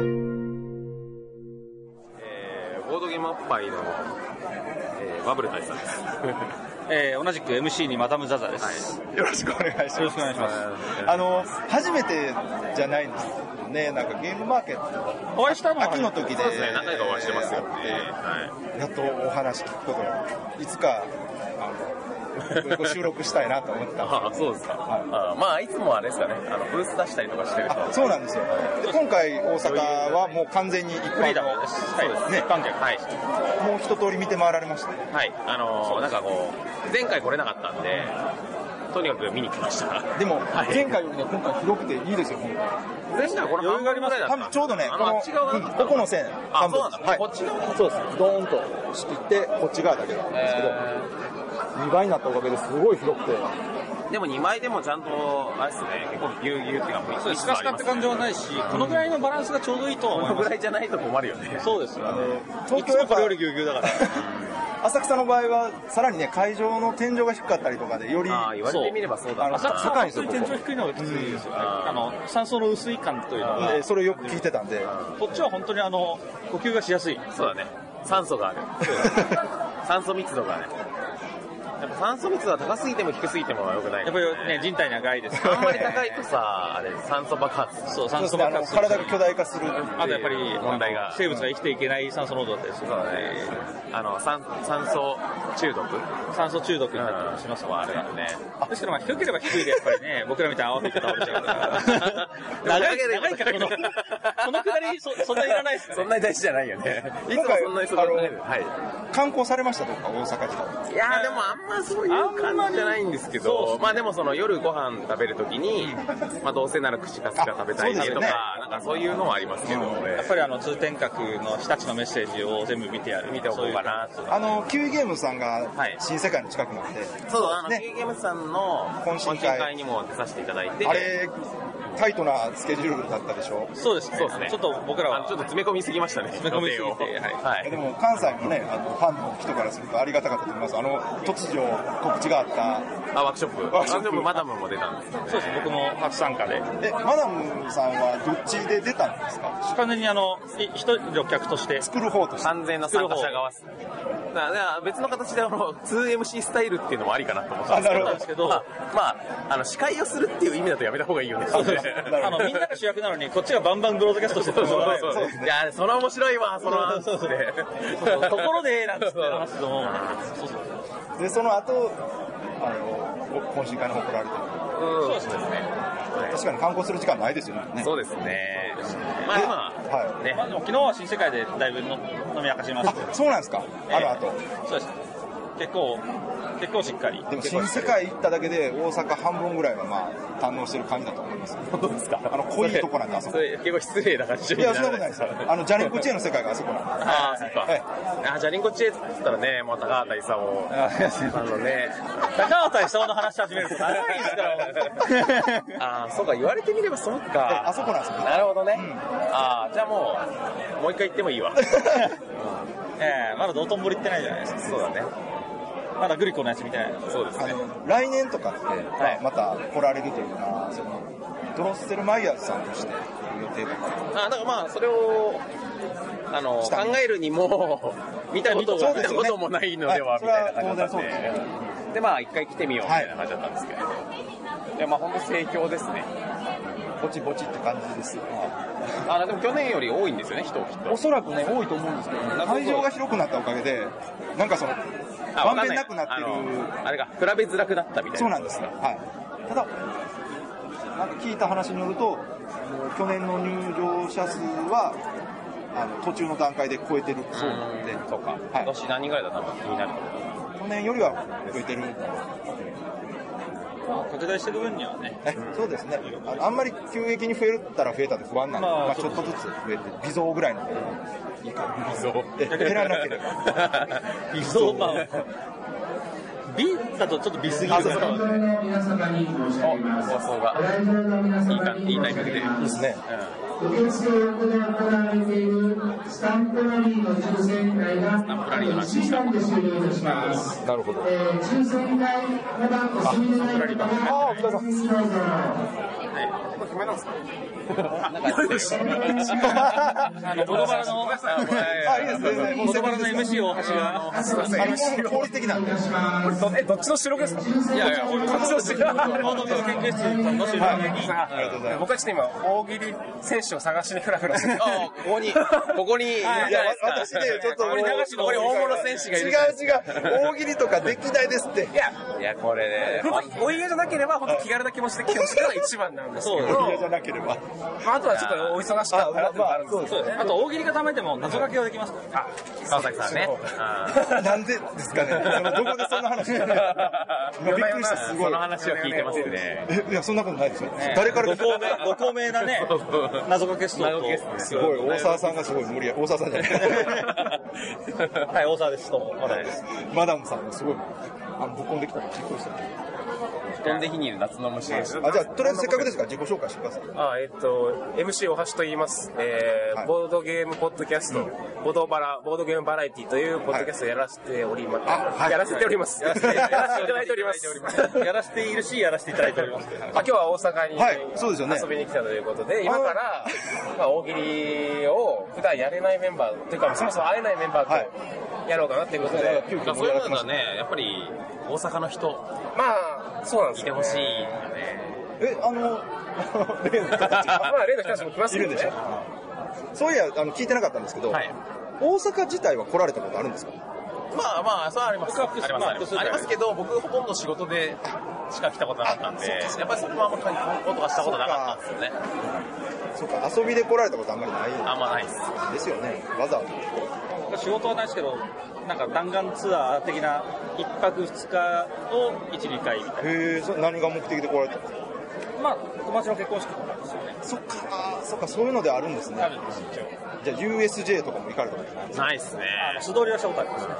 Speaker 7: す
Speaker 9: えーボードゲームアッパイの、えーバブル大佐です。え同じく MC にマダムザザです。
Speaker 6: よろしくお願いします。
Speaker 9: よろしくお願いします
Speaker 6: あの、初めてじゃないんですよね、なんかゲームマーケット、
Speaker 9: お会いしたのは
Speaker 6: 秋の時で
Speaker 9: そうですね、何回かお会いしてますよね。は
Speaker 6: やっとお話聞くことに、いつか、あの、ご収録したいなと思ってたんですけ
Speaker 9: い。あ、そ
Speaker 6: ど
Speaker 9: うですか。あまあ、いつもあれですかね、あの、ブース出したりとかしてると。
Speaker 6: あそうなんですよ。で今回大阪はもう完全に一
Speaker 9: フリ
Speaker 6: 般
Speaker 9: ーダム
Speaker 6: の
Speaker 9: で、す。はい。
Speaker 6: ね
Speaker 9: 一般客。はい。
Speaker 6: もう一通り見て回られましたね。
Speaker 9: はい。あのーなんかこう、前回来れなかったんで、とにかく見に来ました。
Speaker 6: でも、前回よりね、今回広くていいですよ、今回。
Speaker 9: 前回これ半分ぐらいだった
Speaker 6: 多分ちょうどね、
Speaker 9: あの
Speaker 6: この、
Speaker 9: あっち側
Speaker 6: う
Speaker 9: だ
Speaker 6: ん
Speaker 9: った
Speaker 6: ここの線、半分。
Speaker 9: そうなんだ
Speaker 6: はい。
Speaker 9: こっち側
Speaker 6: そうです。ドーンと仕切って、こっち側だけだったんですけど、2倍になったおかげですごい広くて、
Speaker 9: でも2枚でもちゃんと、あれですね、結構ぎゅうぎゅうっていうか、
Speaker 6: そうです
Speaker 9: かって感じはないし、このぐらいのバランスがちょうどいいとは思います。このぐらいじゃないと困るよね。そうですよね。
Speaker 6: 東京やっぱよりぎゅうぎゅうだから。 浅草の場合は、さらにね、会場の天井が低かったりとかで、より、
Speaker 9: ああ、言われてみればそうだ
Speaker 6: あの高いんですよ、こ
Speaker 9: 天
Speaker 6: こ
Speaker 9: 井。低いのがきついですよね。
Speaker 6: あ
Speaker 9: あの、酸素の薄い感というの
Speaker 6: えーそれをよく聞いてたんで、
Speaker 9: こっちは本当にあの、呼吸がしやすい。そうだね。酸素があ る。酸素密度がね。やっぱ酸素密度が高すぎても低すぎても良くない、やっぱりね、人体長いです、あんまり高いとさ、あれ、酸素爆発。そう、
Speaker 6: そうですねあの体が巨大化する。
Speaker 9: あとやっぱり問題が生物が生きていけない酸素濃度だったりするので、あの酸酸素中毒酸素中毒になったりしますもん、あれはねですからまあ低ければ低いでやっぱりね僕らみたいに慌てて倒れちゃうから長い長いからこのこのくだりそそんないらないですねそんなに大事じゃないよねいつもそんなにそんなにない
Speaker 6: 観光されましたとか、大阪時間。
Speaker 9: いやーでもあんまそういう感じじゃないんですけど、まあでもその夜ご飯食べるときに、まあどうせなら串カツが食べたいねとか、なんかそういうのはありますけど、やっぱりあの通天閣の日立のメッセージを全部見てやる、見ておこうかなと
Speaker 6: あの、キウイゲームさんが新世界の近くなんで、
Speaker 9: そう、あの、ね、ゲームズさんの
Speaker 6: 懇
Speaker 9: 懇
Speaker 6: 親会
Speaker 9: 親会にも出させていただいて、
Speaker 6: あれ、タイトなスケジュールだったでしょ
Speaker 9: そうですね。ちょっと僕らは。ちょっと詰め込みすぎましたね。詰め込みすぎて。はい。
Speaker 6: でも関西のね、あのファンの人からするとありがたかったと思います。あの、突如告知があった。
Speaker 9: あ、ワークショップ。
Speaker 6: ワークショップ
Speaker 9: ワマダムも出たんですよね。そうです。僕も初参加で。
Speaker 6: え、マダムさんはどっちで出たんですか
Speaker 9: 完全にあの、い一人の客として。
Speaker 6: 作る方として。
Speaker 9: 完全な参加者側っすね。だからだから別の形であの、2MC スタイルっていうのもありかなと思ったんですけど。
Speaker 6: あなるほど
Speaker 9: まあ、まあ、あの、司会をするっていう意味だとやめた方がいいよね。
Speaker 5: あのみんなが主役なのに、こっちがバンバンブロードキャストしてたらしょうがないよね
Speaker 9: いや、その面白いわ、その話で。
Speaker 5: ところで、なんつって話すと思う。
Speaker 6: で、その後、あの、懇親会の方来られてる。
Speaker 9: そうですね。
Speaker 6: 確かに観光する時間ないですよね。
Speaker 9: そうですね。まあ今、
Speaker 6: はい。
Speaker 5: まあでも昨日は新世界でだいぶの飲み明かしましたけど。
Speaker 6: そうなんですかあの後。
Speaker 5: そうです。結構、結構しっかり。
Speaker 6: でも新世界行っただけで大阪半分ぐらいはまあ堪能してる感じだと思います。
Speaker 9: 本当ですか
Speaker 6: あの濃いとこなんであそこ。い
Speaker 9: 結構失礼な感じ
Speaker 6: やそんなことないです。あのジャニック知恵の世界があそこなんで。
Speaker 9: ああ、そっか。あジャリンコ知恵って言ったらね、もう高畑勲を。あのね。
Speaker 5: 高畑勲の話し始めると長いですから、
Speaker 9: ああ、そうか、言われてみればそうか。
Speaker 6: あそこなんですよ。
Speaker 9: なるほどね。ああ、じゃあもう、もう一回行ってもいい わ。
Speaker 5: ええまだ道頓堀行ってないじゃないですか。
Speaker 9: そうだね。
Speaker 5: まだグリコのやつ見てない。
Speaker 9: そうです
Speaker 6: ね。来年とかって、また来られるというか、そのドロッセルマイヤーズさんとして予定とか。
Speaker 9: あだからまあ、それを、あの、考えるに も、見たこと
Speaker 6: そ
Speaker 9: が、
Speaker 6: うで
Speaker 9: 見
Speaker 6: す
Speaker 9: た
Speaker 6: よね
Speaker 9: こともないのでは、みたいな感じだったん
Speaker 6: はいそ
Speaker 9: で。で、まあ、一回来てみよう、みたいな感じだったんですけど。いや、まあ、ほんと盛況ですね。
Speaker 6: ぼちぼちって感じですよ。
Speaker 9: あ、でも去年より多いんですよね、人、きっと。
Speaker 6: おそらくね、多いと思うんですけど、
Speaker 9: なんか
Speaker 6: 会場が広くなったおかげで、なんかその、
Speaker 9: あわ
Speaker 6: ま
Speaker 9: か
Speaker 6: んべ
Speaker 9: ん
Speaker 6: ん
Speaker 9: い
Speaker 6: なくなって
Speaker 9: あ
Speaker 6: る。
Speaker 9: のあれが、比べづらくなったみたいな。
Speaker 6: そうなんですよ。はい。ただ、なんか聞いた話によると、去年の入場者数は、あの途中の段階で超えてるそうなんで、
Speaker 9: そうか。今年何人ぐらいだったのか気になるところ
Speaker 6: 去年よりは増えてる。
Speaker 5: 拡大していく分にはね。
Speaker 6: えそうですねあのあんまり急激に増えたら増えたって不安なんで、まあ、ちょっとずつ増えて、微増ぐらいの方がいいかな。
Speaker 9: 微増
Speaker 6: え減らなければ。
Speaker 5: 微増まあ。ビだとちょっと微すぎるから。
Speaker 12: 皆様に申し上げます。
Speaker 9: 放送が。
Speaker 12: 来場の皆様に
Speaker 9: いいタイミングで。
Speaker 6: ですね。
Speaker 12: ご決定横で行われているスタンプラリーの抽選会が1時間で終了いたします。
Speaker 6: なるほど。
Speaker 12: えー抽選会まだお済みでない方は、お早めにどうぞ。
Speaker 5: あの、ボドバラの、
Speaker 6: あ、いいですね。
Speaker 5: ボドバラの MC 大橋が、
Speaker 6: あすいませんあの方が効率的なんで。
Speaker 5: え、どっちの収録ですかいやいや、こっちの収録。報道研究室の収録に、
Speaker 6: ありがとうございます。
Speaker 5: 僕はちょっと今、大喜利選
Speaker 13: シを探しにフラフラしてる。
Speaker 10: あここに、ここに、い
Speaker 13: はい
Speaker 10: るじゃなですか
Speaker 13: いや私ねちょっと
Speaker 10: ここに流しここに大物選手がいる。
Speaker 13: 違う違う大喜利とかできないですって。
Speaker 10: いや、いや、これね、
Speaker 13: 本当にお家じゃなければ、本当気軽な気持ちで来てほしいのが一番なんですけど。
Speaker 10: そうお家じ
Speaker 13: ゃなければ。まあ、あとはちょっとお忙しかったなっていうのがあるんですけ
Speaker 10: そう
Speaker 13: ど
Speaker 10: ですね。あと、大喜利が貯めても、謎かけができますからね。川崎さんね。
Speaker 6: なんでですかねそのどこでそんな 話してるびっくりした、すごい。
Speaker 10: その話を聞いてますね。
Speaker 6: え、いや、そんなことないですよ。誰から
Speaker 10: ご透明、ご透明なね、謎かけストーリー。
Speaker 6: すごい、大沢さんがすごい無理や。大沢さん じゃない。
Speaker 10: はい、大沢です、どうも。
Speaker 6: マダムさんがすごい、あのぶっこんできたからびっくりした。
Speaker 13: 飛んで火にいる夏の虫
Speaker 6: あ、じゃあ、とりあえずせっかくですから自己紹介してください。
Speaker 13: あえっと、MC おはしと言います。えーボードゲームポッドキャスト、ボードバラ、ボードゲームバラエティというポッドキャストをやらせております。やらせております。やらせていただいております。
Speaker 10: やらせているし、やらせていただいております。
Speaker 13: あ今日は大阪に、
Speaker 10: はいそうですよね
Speaker 13: 遊びに来たということで、今から、まあ、大喜利を普段やれないメンバー、というか、そもそも会えないメンバーとやろうかなということで、
Speaker 10: そういうのはね、やっぱり、大阪の人、
Speaker 13: まあ、そうなんです
Speaker 10: いてほしいよね。
Speaker 6: え、あの、例の人たち。
Speaker 13: まあ、例の人たちも来ます
Speaker 6: いる
Speaker 13: けど
Speaker 6: ん
Speaker 13: ね
Speaker 6: でしょそういや、あの、聞いてなかったんですけど、大阪自体は来られたことあるんですか
Speaker 10: まあまあ、そうあります。あります、
Speaker 6: まあ
Speaker 10: あります。ありますけど、僕ほとんど仕事でしか来たことなかったんで、やっぱりそれもあんまり観光とかしたことなかったんですよね。
Speaker 6: そうか、遊びで来られたことあんまりない。
Speaker 10: あんまないです。
Speaker 6: ですよね、わざわざ。
Speaker 10: 仕事はないですけど、なんか弾丸ツアー的な一泊二日を一、二回みたい
Speaker 6: へえ、それ何が目的で来られたんですか
Speaker 10: な。まあ、友達の結婚式とかですよね。
Speaker 6: そっか、あーそっか、そういうのであるんですね。
Speaker 10: あるんですよ、
Speaker 6: じゃあ、USJ とかも行かれたことない
Speaker 10: ないですね。素通りはしたことありますね。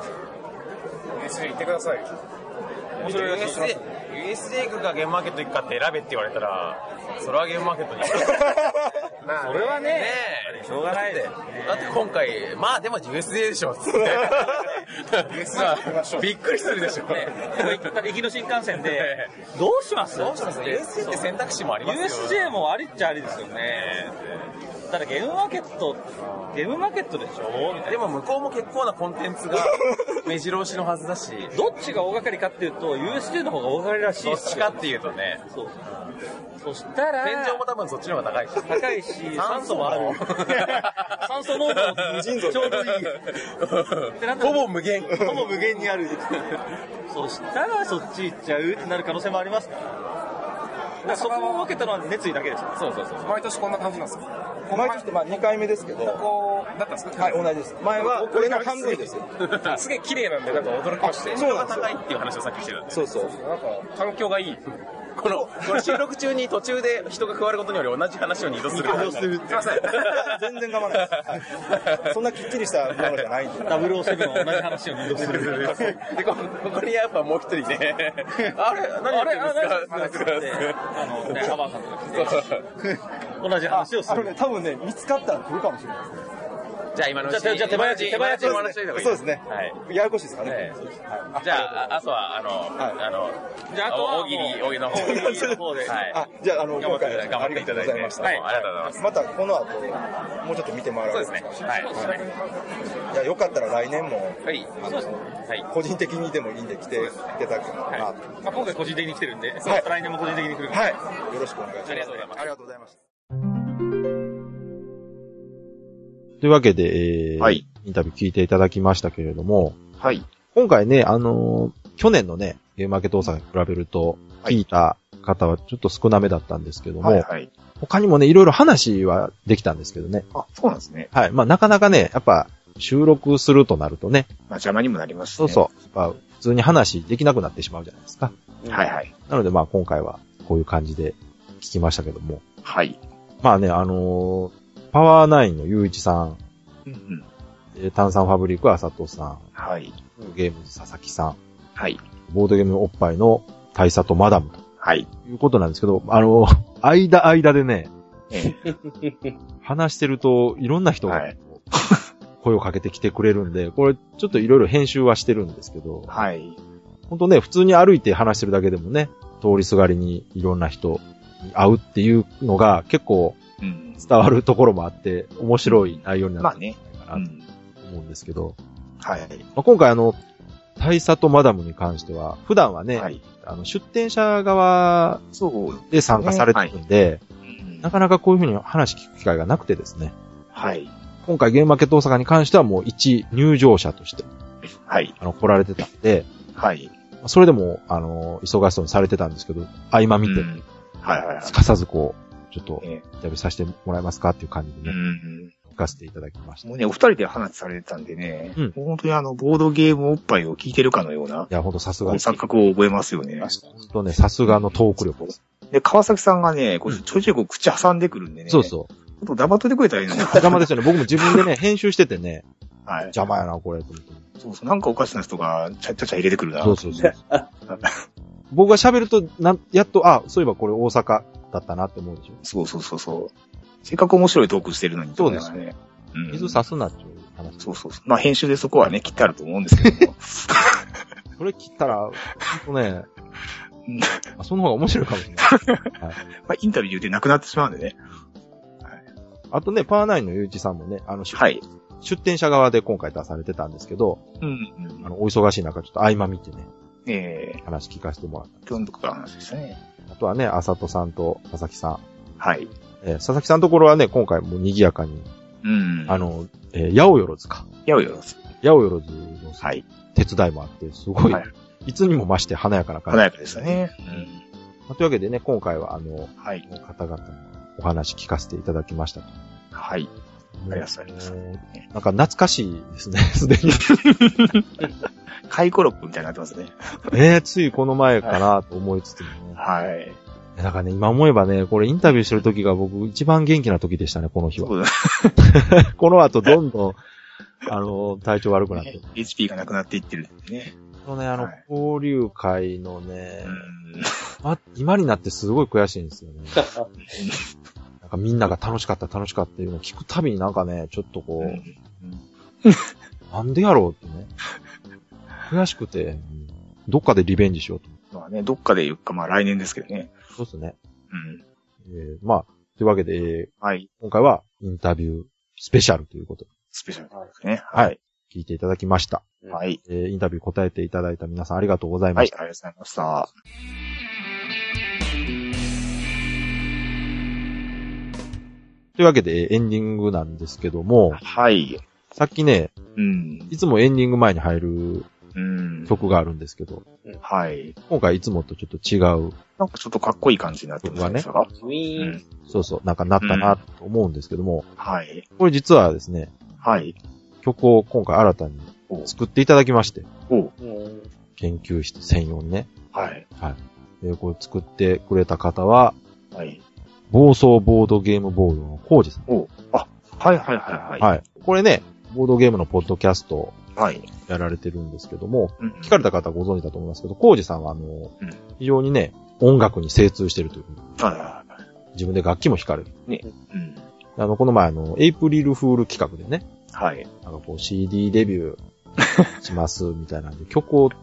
Speaker 13: USJ 行ってください。
Speaker 10: 面白いですね
Speaker 13: USJ 行くかゲームマーケット行くかって選べって言われたら、それはゲームマーケットに行く。
Speaker 10: それはねしょうがないで。だって今回、まあでも USJ でしょっつ って。
Speaker 13: びっくりするでしょ。
Speaker 10: ね行きの新幹線で、 どうします
Speaker 13: どうします ?USJ って選択肢もありますよ。
Speaker 10: USJ もありっちゃありですよね。ただゲームマーケット、ゲームマーケットでしょ
Speaker 13: でも向こうも結構なコンテンツが目白押しのはずだし、
Speaker 10: どっちが大掛かりかっていうと、USJ の方が大掛かりらしい
Speaker 13: どっちかっていうとね、
Speaker 10: そう。そしたら、
Speaker 13: 天井も多分そっちの方が高いし。
Speaker 10: 高いし、酸素もある。 酸素濃度も
Speaker 13: 無尽蔵
Speaker 10: ちょうどいい。
Speaker 13: ほぼ無限。ほぼ無限にある。
Speaker 10: そしたらそっち行っちゃうってなる可能性もありますから。だからそこを分けたのは熱意だけですよ。そうそうそう。
Speaker 13: 毎年こんな感じなんですか
Speaker 6: 毎年って、まあ、2回目ですけど。
Speaker 13: こう、だったんですか
Speaker 6: はい、同じです。前は、これの半分です。
Speaker 13: すげえ綺麗なんで、なんか驚きまして。
Speaker 6: そうなんですよ
Speaker 13: 高いっていう話をさっきしてたんで。
Speaker 6: そうそう。
Speaker 13: なんか、環境が いい。この、この収録中に途中で人が加わることにより同じ話を二度する。
Speaker 6: 二度する
Speaker 13: すいません。
Speaker 6: 全然我慢ないです。そんなきっちりしたものじゃないんで。
Speaker 10: 007は同じ話を二度する。
Speaker 13: で、こここにやっぱもう一人ね、あれ、何やってるんですか
Speaker 10: あの、ね、ハバーさんとか来て、同じ話をす
Speaker 6: あの
Speaker 10: る。
Speaker 6: ね、多分ね、見つかったら来るかもしれないですね。
Speaker 13: じゃあ今のうち
Speaker 10: じゃあじゃあ手早く手早く
Speaker 13: 今のうちに
Speaker 6: そうですね。ややこしいですかね。
Speaker 13: じゃあ、ああとは、あの、あの、じゃあ、あとは、大喜利、大喜利の方で。はい
Speaker 6: あ、じゃあ、あの、
Speaker 13: 頑張
Speaker 6: 今
Speaker 13: って
Speaker 6: 回、
Speaker 13: 頑張っていただいて
Speaker 6: ありがとうございました。
Speaker 13: はいありがとうございます
Speaker 6: また、この後、もうちょっと見て回られる
Speaker 13: そうですねはい
Speaker 6: いや、よかったら来年も、
Speaker 13: はい。
Speaker 6: あの個人的にでもいいんで来ていただけたらなと。
Speaker 10: まあ、今回個人的に来てるんで、
Speaker 6: はい
Speaker 10: 来年も個人的に来るんで。
Speaker 6: はい。よろしくお願いします。。
Speaker 10: ありがとうございます
Speaker 6: ありがとうございました。
Speaker 3: というわけで、えーインタビュー聞いていただきましたけれども、
Speaker 2: はい。
Speaker 3: 今回ね、あのー去年のね、ゲームマーケット大阪に比べると、聞いた方はちょっと少なめだったんですけども、
Speaker 2: はいはい
Speaker 3: 他にもね、いろいろ話はできたんですけどね。
Speaker 2: あ、そうなんですね。
Speaker 3: はい。まあ、なかなかね、やっぱ、収録するとなるとね。
Speaker 2: まあ、邪魔にもなります
Speaker 3: そうそう。やっぱ、普通に話できなくなってしまうじゃないですか。
Speaker 2: はいはい。
Speaker 3: なので、まあ、今回は、こういう感じで聞きましたけども。
Speaker 2: はい。
Speaker 3: まあね、あのーパワーナインのゆういちさん、
Speaker 2: うんうん。
Speaker 3: えー炭酸ファブリックは佐藤さん、
Speaker 2: はい。
Speaker 3: ゲーム佐々木さん、
Speaker 2: はい。
Speaker 3: ボードゲームおっぱいの大佐とマダムと。
Speaker 2: はい。
Speaker 3: いうことなんですけど、あの、間間で ね、
Speaker 2: え
Speaker 3: 話してると、いろんな人が、声をかけてきてくれるんで、これ、ちょっといろいろ編集はしてるんですけど、
Speaker 2: はい。
Speaker 3: ほんとね、普通に歩いて話してるだけでもね、通りすがりにいろんな人に会うっていうのが結構
Speaker 2: うん。
Speaker 3: 伝わるところもあって、面白い内容になってるんじゃないか
Speaker 2: う
Speaker 3: なと
Speaker 2: ん。
Speaker 3: 思うんですけど、
Speaker 2: はい。
Speaker 3: まあ、今回あの、大佐とマダムに関しては、普段はね、あの出展者側で参加されてるんで、なかなかこういうふうに話聞く機会がなくてですね。
Speaker 2: はい。
Speaker 3: 今回ゲームマーケット大阪に関してはもう一入場者として、
Speaker 2: はい。
Speaker 3: あの、来られてたんで、
Speaker 2: はい。
Speaker 3: それでも、あの、忙しそうにされてたんですけど、合間見て、
Speaker 2: はいはいはい
Speaker 3: すかさずこう、ちょっと、インタビューさせてもらえますかっていう感じでね、行かせていただきました。
Speaker 2: もうね、お二人で話されてたんでね、
Speaker 3: うん
Speaker 2: 本当にあの、ボードゲームおっぱいを聞いてるかのような、
Speaker 3: いや、ほんとさすが
Speaker 2: 錯覚を覚えますよね。
Speaker 3: 本当ね、さすがのトーク力です。
Speaker 2: で、川崎さんがね、こうちょいちょいこう口挟んでくるんでね、
Speaker 3: そうそう。
Speaker 2: ちょっと黙っといてくれたらいいのに
Speaker 3: 邪魔ですよね。僕も自分でね、編集しててね、
Speaker 2: はい、
Speaker 3: 邪魔やな、これ。と思って
Speaker 2: そうそう、なんかおかしな人がちゃちゃちゃ入れてくるな。
Speaker 3: そうそうそう。僕が喋ると、なん、やっと、あ、そういえばこれ大阪だったなって思うでしょ。
Speaker 2: そうそうそうそう。せっかく面白いトークしてるのに、そうですね。
Speaker 3: 水差すなっていう話。
Speaker 2: そうそうそう。まあ編集でそこはね、切ってあると思うんですけ ども。
Speaker 3: それ切ったら、ほんとね、あその方が面白いかもしれない。はい、
Speaker 2: まあインタビューでなくなってしまうんでね。
Speaker 3: あとね、パーナインのゆういちさんもね、あの、出出店者側で今回出されてたんですけど、
Speaker 2: うん。
Speaker 3: あの、お忙しい中、ちょっと合間見てね、
Speaker 2: ええ
Speaker 3: 話聞かせてもらった。
Speaker 2: 今日のとこから話ですね。
Speaker 3: あとはね、あさとさんと佐々木さん。
Speaker 2: はい。
Speaker 3: えー佐々木さんのところはね、今回も賑やかに、
Speaker 2: うん。
Speaker 3: あの、えー、八百万か。
Speaker 2: やおよろず。
Speaker 3: 八百万の手伝いもあって、すごい、
Speaker 2: はい
Speaker 3: い、つにも増して華やかな感じ。
Speaker 2: 華やかでしたね。
Speaker 3: まあというわけでね、今回はあの、
Speaker 2: はい、
Speaker 3: 方々のお話聞かせていただきましたと。
Speaker 2: はい。ありがとうございます。
Speaker 3: なんか懐かしいですね、 すでに。
Speaker 2: 回コロップみたいになってますね。
Speaker 3: ねえ、ついこの前かなと思いつつもね。
Speaker 2: はい。
Speaker 3: だからね、今思えばね、これインタビューしてる時が僕一番元気な時でしたね、この日は。この後どんどん、あの、体調悪くなって。
Speaker 2: HP がなくなっていってるんでね。
Speaker 3: このね、あの、交流会のね、あ今になってすごい悔しいんですよね。なんかみんなが楽しかった楽しかったいうのを聞くたびになんかね、ちょっとこう、なんでやろうってね。悔しくて、うんどっかでリベンジしようと。
Speaker 2: まあね、どっかで言うか、まあ来年ですけどね。
Speaker 3: そうですね。
Speaker 2: うん。
Speaker 3: えーまあ、というわけで、え
Speaker 2: ーはい。
Speaker 3: 今回はインタビュースペシャルということで。
Speaker 2: スペシャルですね。
Speaker 3: はい。聞いていただきました。
Speaker 2: はい。
Speaker 3: えーインタビュー答えていただいた皆さんありがとうござい
Speaker 2: は
Speaker 3: ま
Speaker 2: い、あり
Speaker 3: し
Speaker 2: が
Speaker 3: た。
Speaker 2: とうございました。
Speaker 3: というわけで、えーエンディングなんですけども、
Speaker 2: はい。
Speaker 3: さっきね、
Speaker 2: うん。
Speaker 3: いつもエンディング前に入る
Speaker 2: うん。
Speaker 3: 曲があるんですけど、
Speaker 2: はい。
Speaker 3: 今回いつもとちょっと違う
Speaker 2: なんかちょっとかっこいい感じになってま
Speaker 3: 曲
Speaker 2: す
Speaker 3: が
Speaker 2: ね。
Speaker 3: ね、
Speaker 2: ウィーン。
Speaker 3: そうそう、なんかなったなと思うんですけども、
Speaker 2: はい。
Speaker 3: これ実はですね、
Speaker 2: はい。
Speaker 3: 曲を今回新たに作っていただきまして、
Speaker 2: お
Speaker 3: 研究室専用にね。
Speaker 2: はい。
Speaker 3: はい。えーこれ作ってくれた方は、
Speaker 2: はい。
Speaker 3: 暴走ボードゲームボードのコウジさん。
Speaker 2: おあ、はいはいはいは
Speaker 3: はい。これね、ボードゲームのポッドキャストを
Speaker 2: い。はい。
Speaker 3: やられてるんですけども、
Speaker 2: うん
Speaker 3: 聞かれた方はご存知だと思いますけど、コウジさんはあの、非常にね、音楽に精通してるという。
Speaker 2: は
Speaker 3: 自分で楽器も弾かれる。
Speaker 2: い。ね。うん。
Speaker 3: あの、この前あの、エイプリルフール企画でね、
Speaker 2: はい。
Speaker 3: なんかこう CD デビューしますみたいなんで、 曲を流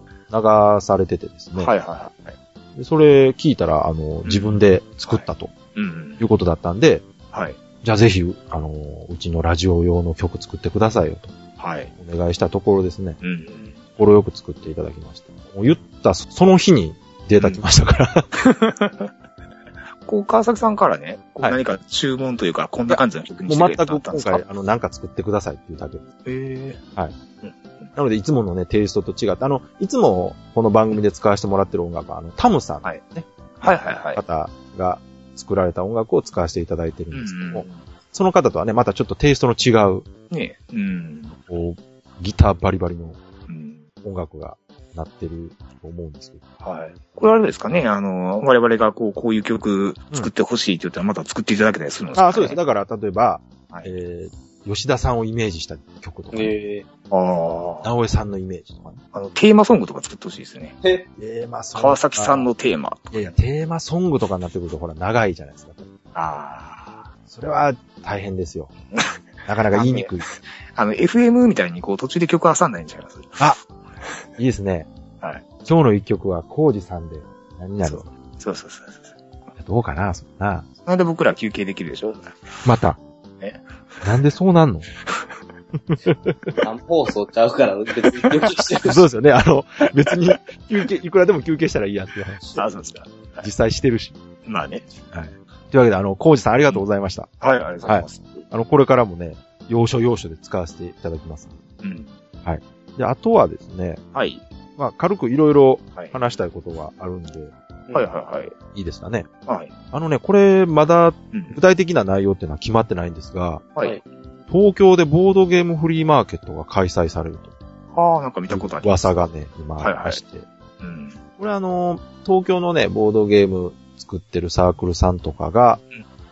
Speaker 3: されててですね。
Speaker 2: はいはいはい。
Speaker 3: でそれ聞いたら、あの、自分で作ったと
Speaker 2: うん。
Speaker 3: いうことだったんで、
Speaker 2: はい。
Speaker 3: じゃあぜひ、あの、うちのラジオ用の曲作ってくださいよと
Speaker 2: はい。
Speaker 3: お願いしたところですね、
Speaker 2: うん。
Speaker 3: 心よく作っていただきました。もう言ったそその日にデータ来ましたから、
Speaker 2: こう、川崎さんからね、こう何か注文というか、こんな感じの曲に
Speaker 3: もう
Speaker 2: してくれ
Speaker 3: 全
Speaker 2: た
Speaker 3: く今
Speaker 2: んですか
Speaker 3: 回、あの、なんか作ってくださいっていうだけです。
Speaker 2: え
Speaker 3: はい。なので、いつものね、テイストと違って、あの、いつもこの番組で使わせてもらってる音楽は、あの、タムさん、ね、
Speaker 2: はいはいはい。
Speaker 3: 方が作られた音楽を使わせていただいてるんですけども、その方とはね、またちょっとテイストの違う、
Speaker 2: えねえ。うん。
Speaker 3: こう、ギターバリバリの
Speaker 2: うん
Speaker 3: 音楽が鳴ってると思うんですけど。
Speaker 2: はい。これあれですかね、あの、我々がこう、こういう曲作ってほしいって言ったら、また作っていただけたりするんですか、ね
Speaker 3: ああ、そうです。だから、例えば、
Speaker 2: は
Speaker 3: えー、吉田さんをイメージした曲とか、
Speaker 2: えああ。
Speaker 3: 直江さんのイメージとかね。
Speaker 2: あの、テーマソングとか作ってほしいですね。
Speaker 3: ええー、まあそう
Speaker 2: 川崎さんのテーマ。
Speaker 3: いやいや、テーマソングとかになってくると、ほら、長いじゃないですか。
Speaker 2: あ
Speaker 3: あ。それは、大変 ですよ。なかなか言いにくい。
Speaker 2: あの、FM みたいにこう、途中で曲挟んないんちゃいます
Speaker 3: あいいですね。
Speaker 2: はい。
Speaker 3: 今日の一曲は、コウジさんで、何になる
Speaker 2: そうそうそうそう。
Speaker 3: どうかな、そんな。
Speaker 2: それで僕ら休憩できるでしょ
Speaker 3: また。
Speaker 2: ね。
Speaker 3: なんでそうなんの
Speaker 4: 生放送ちゃうから、別に余計しちゃう。
Speaker 3: そうですよね。あの、別に、休憩、いくらでも休憩したらいいやっていう話。
Speaker 2: あ、そうですか。
Speaker 3: 実際してるし。
Speaker 2: まあね。
Speaker 3: はい。というわけで、あの、コウジさんありがとうございました。
Speaker 2: はい、ありがとうございます。
Speaker 3: あの、これからもね、要所要所で使わせていただきます。
Speaker 2: うん。
Speaker 3: はい。で、あとはですね、
Speaker 2: はい。
Speaker 3: まあ、軽くいろいろ話したいことがあるんで、
Speaker 2: はいはいはい。
Speaker 3: いいですかね。
Speaker 2: はい。
Speaker 3: あのね、これ、まだ、具体的な内容っていうのは決まってないんですが、
Speaker 2: はい。
Speaker 3: 東京でボードゲームフリーマーケットが開催されると。
Speaker 2: ああ、なんか見たことあります。
Speaker 3: 噂がね、今ありまして。
Speaker 2: うん。
Speaker 3: これあの、東京のね、ボードゲーム作ってるサークルさんとかが、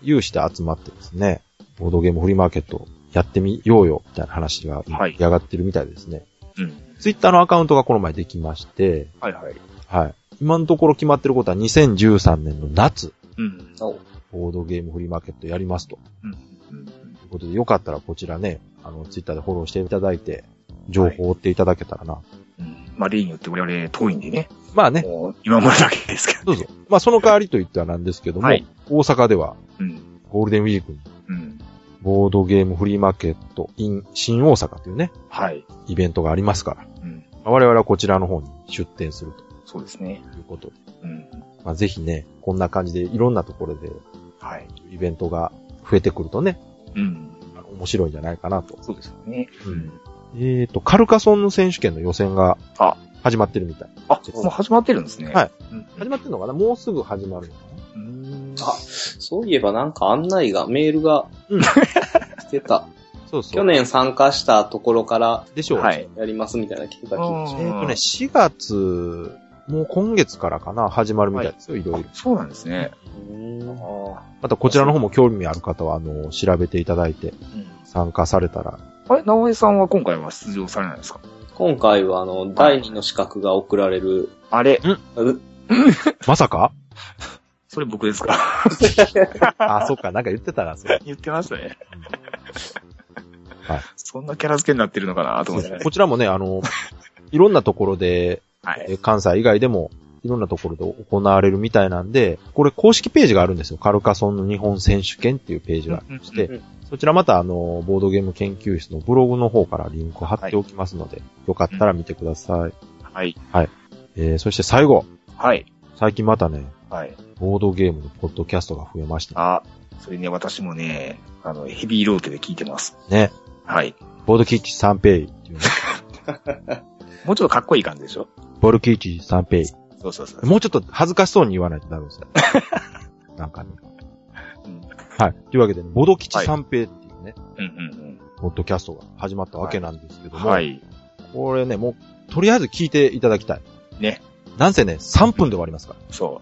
Speaker 3: 有志で集まってですね、ボードゲームフリーマーケットやってみようよ、みたいな話が今出来上がってるみたいですね。
Speaker 2: うん。
Speaker 3: ツイッターのアカウントがこの前できまして、
Speaker 2: はいはい。
Speaker 3: はい。今のところ決まってることは2013年の夏、
Speaker 2: うん。
Speaker 3: ボードゲームフリーマーケットやりますと。
Speaker 2: うん
Speaker 3: ということで、よかったらこちらね、あの、ツイッターでフォローしていただいて、情報を追っていただけたらな。
Speaker 2: まあ、例によって我々遠いんでね。
Speaker 3: まあね。
Speaker 2: 今までだけですけ
Speaker 3: ど
Speaker 2: ど。
Speaker 3: うぞ。まあ、その代わりと言ってはなんですけども、
Speaker 2: はい
Speaker 3: 大阪では
Speaker 2: うん、
Speaker 3: ゴールデンウィークに、
Speaker 2: うん。
Speaker 3: ボードゲームフリーマーケット in 新大阪というね、
Speaker 2: はい。
Speaker 3: イベントがありますから、
Speaker 2: うん
Speaker 3: まあ我々はこちらの方に出店すると。
Speaker 2: そうですね。
Speaker 3: いうことで。
Speaker 2: うん。
Speaker 3: まあ、ぜひね、こんな感じでいろんなところで、
Speaker 2: はい。
Speaker 3: イベントが増えてくるとね、
Speaker 2: うん。
Speaker 3: あの面白いんじゃないかなと。
Speaker 2: そうですね。
Speaker 3: うん。えっ、と、カルカソンヌ選手権の予選が始まってるみたい。
Speaker 2: あ、もう始まってるんですね。
Speaker 3: はい。
Speaker 2: 始
Speaker 3: まってるのかなもうすぐ始まるのか
Speaker 4: あ、そういえばなんか案内が、メールが、来てた。
Speaker 3: そうそう
Speaker 4: 去年参加したところから、
Speaker 3: でしょう
Speaker 4: はい。やりますみたいなの来てた気がし
Speaker 3: えっ、
Speaker 4: ます。
Speaker 3: とね、4月、もう今月からかな、始まるみたいですよ、いろいろ。
Speaker 2: そうなんですね。
Speaker 3: またこちらの方も興味ある方は、あの、調べていただいて、参加されたら。
Speaker 2: あれ、直江さんは今回は出場されないんですか
Speaker 4: 今回はあの、第二の資格が送られる。
Speaker 2: あれ
Speaker 3: まさ か
Speaker 2: それ僕ですか
Speaker 3: あ、そっか、なんか言ってたな、それ。
Speaker 2: 言ってましたね。
Speaker 3: はい。
Speaker 2: そんなキャラ付けになってるのかなと思って。
Speaker 3: こちらもね、あの、いろんなところで、えー関西以外でも、いろんなところで行われるみたいなんで、これ公式ページがあるんですよ。カルカソンの日本選手権っていうページがありまして、
Speaker 2: うんうん
Speaker 3: そちらまたあの、ボードゲーム研究室のブログの方からリンクを貼っておきますので、よかったら見てください。
Speaker 2: はい。
Speaker 3: はい。えー、そして最後。
Speaker 2: はい。
Speaker 3: 最近またね、
Speaker 2: はい。
Speaker 3: ボードゲームのポッドキャストが増えました。
Speaker 2: あ、それね、私もね、あの、ヘビーローテで聞いてます。
Speaker 3: ね。
Speaker 2: はい。
Speaker 3: ボードキッチ三平っていうね。
Speaker 2: もうちょっとかっこいい感じでしょ
Speaker 3: ボードキッチ三平。
Speaker 2: そうそうそう。
Speaker 3: もうちょっと恥ずかしそうに言わないとダメですよ。なんかね。はい。というわけでね、ボド吉三平っていうね、
Speaker 2: うんうん
Speaker 3: ポッドキャストが始まったわけなんですけど
Speaker 2: うん。
Speaker 3: も、
Speaker 2: はい。
Speaker 3: これね、もう、とりあえず聞いていただきたい。
Speaker 2: ね。
Speaker 3: なんせね、3分で終わりますから。。
Speaker 2: そ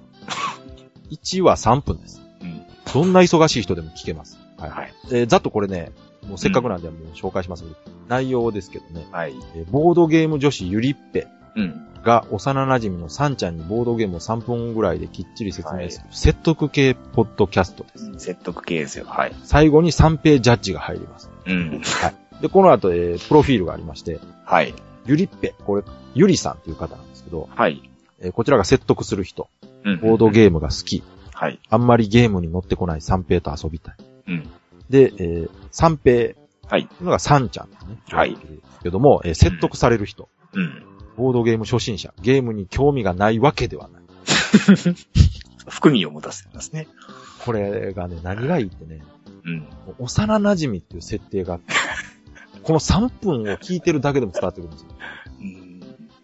Speaker 2: う
Speaker 3: 1は3分です。
Speaker 2: うん。
Speaker 3: どんな忙しい人でも聞けます。はい。
Speaker 2: はい
Speaker 3: えーざっとこれね、もうせっかくなんでもう紹介しますけど、内容ですけどね、
Speaker 2: はい。
Speaker 3: えーボードゲーム女子ゆりっぺ
Speaker 2: うん。
Speaker 3: が幼馴染みのサンちゃんにボードゲームを3分ぐらいできっちり説明する、説得系ポッドキャストです。
Speaker 2: 説得系ですよ。はい。
Speaker 3: 最後に三平ジャッジが入ります。
Speaker 2: うん。
Speaker 3: はい。で、この後、えー、プロフィールがありまして、
Speaker 2: はい。
Speaker 3: ゆりっぺ、これ、ゆりさんという方なんですけど、
Speaker 2: はい。
Speaker 3: えーこちらが説得する人、
Speaker 2: うん
Speaker 3: ボードゲームが好き、
Speaker 2: はい。
Speaker 3: あんまりゲームに乗ってこない三平と遊びたい。
Speaker 2: うん。
Speaker 3: で、えー、三平、
Speaker 2: はい。
Speaker 3: のが三ちゃんですね。
Speaker 2: はい。
Speaker 3: けども、えー説得される人、
Speaker 2: うん。
Speaker 3: ボードゲーム初心者、ゲームに興味がないわけではない。
Speaker 2: 含みを持たせてますね。
Speaker 3: これがね、何がいいってね、
Speaker 2: うん。
Speaker 3: 幼馴染みっていう設定があ って、この3分を聞いてるだけでも伝わってくるんですよ。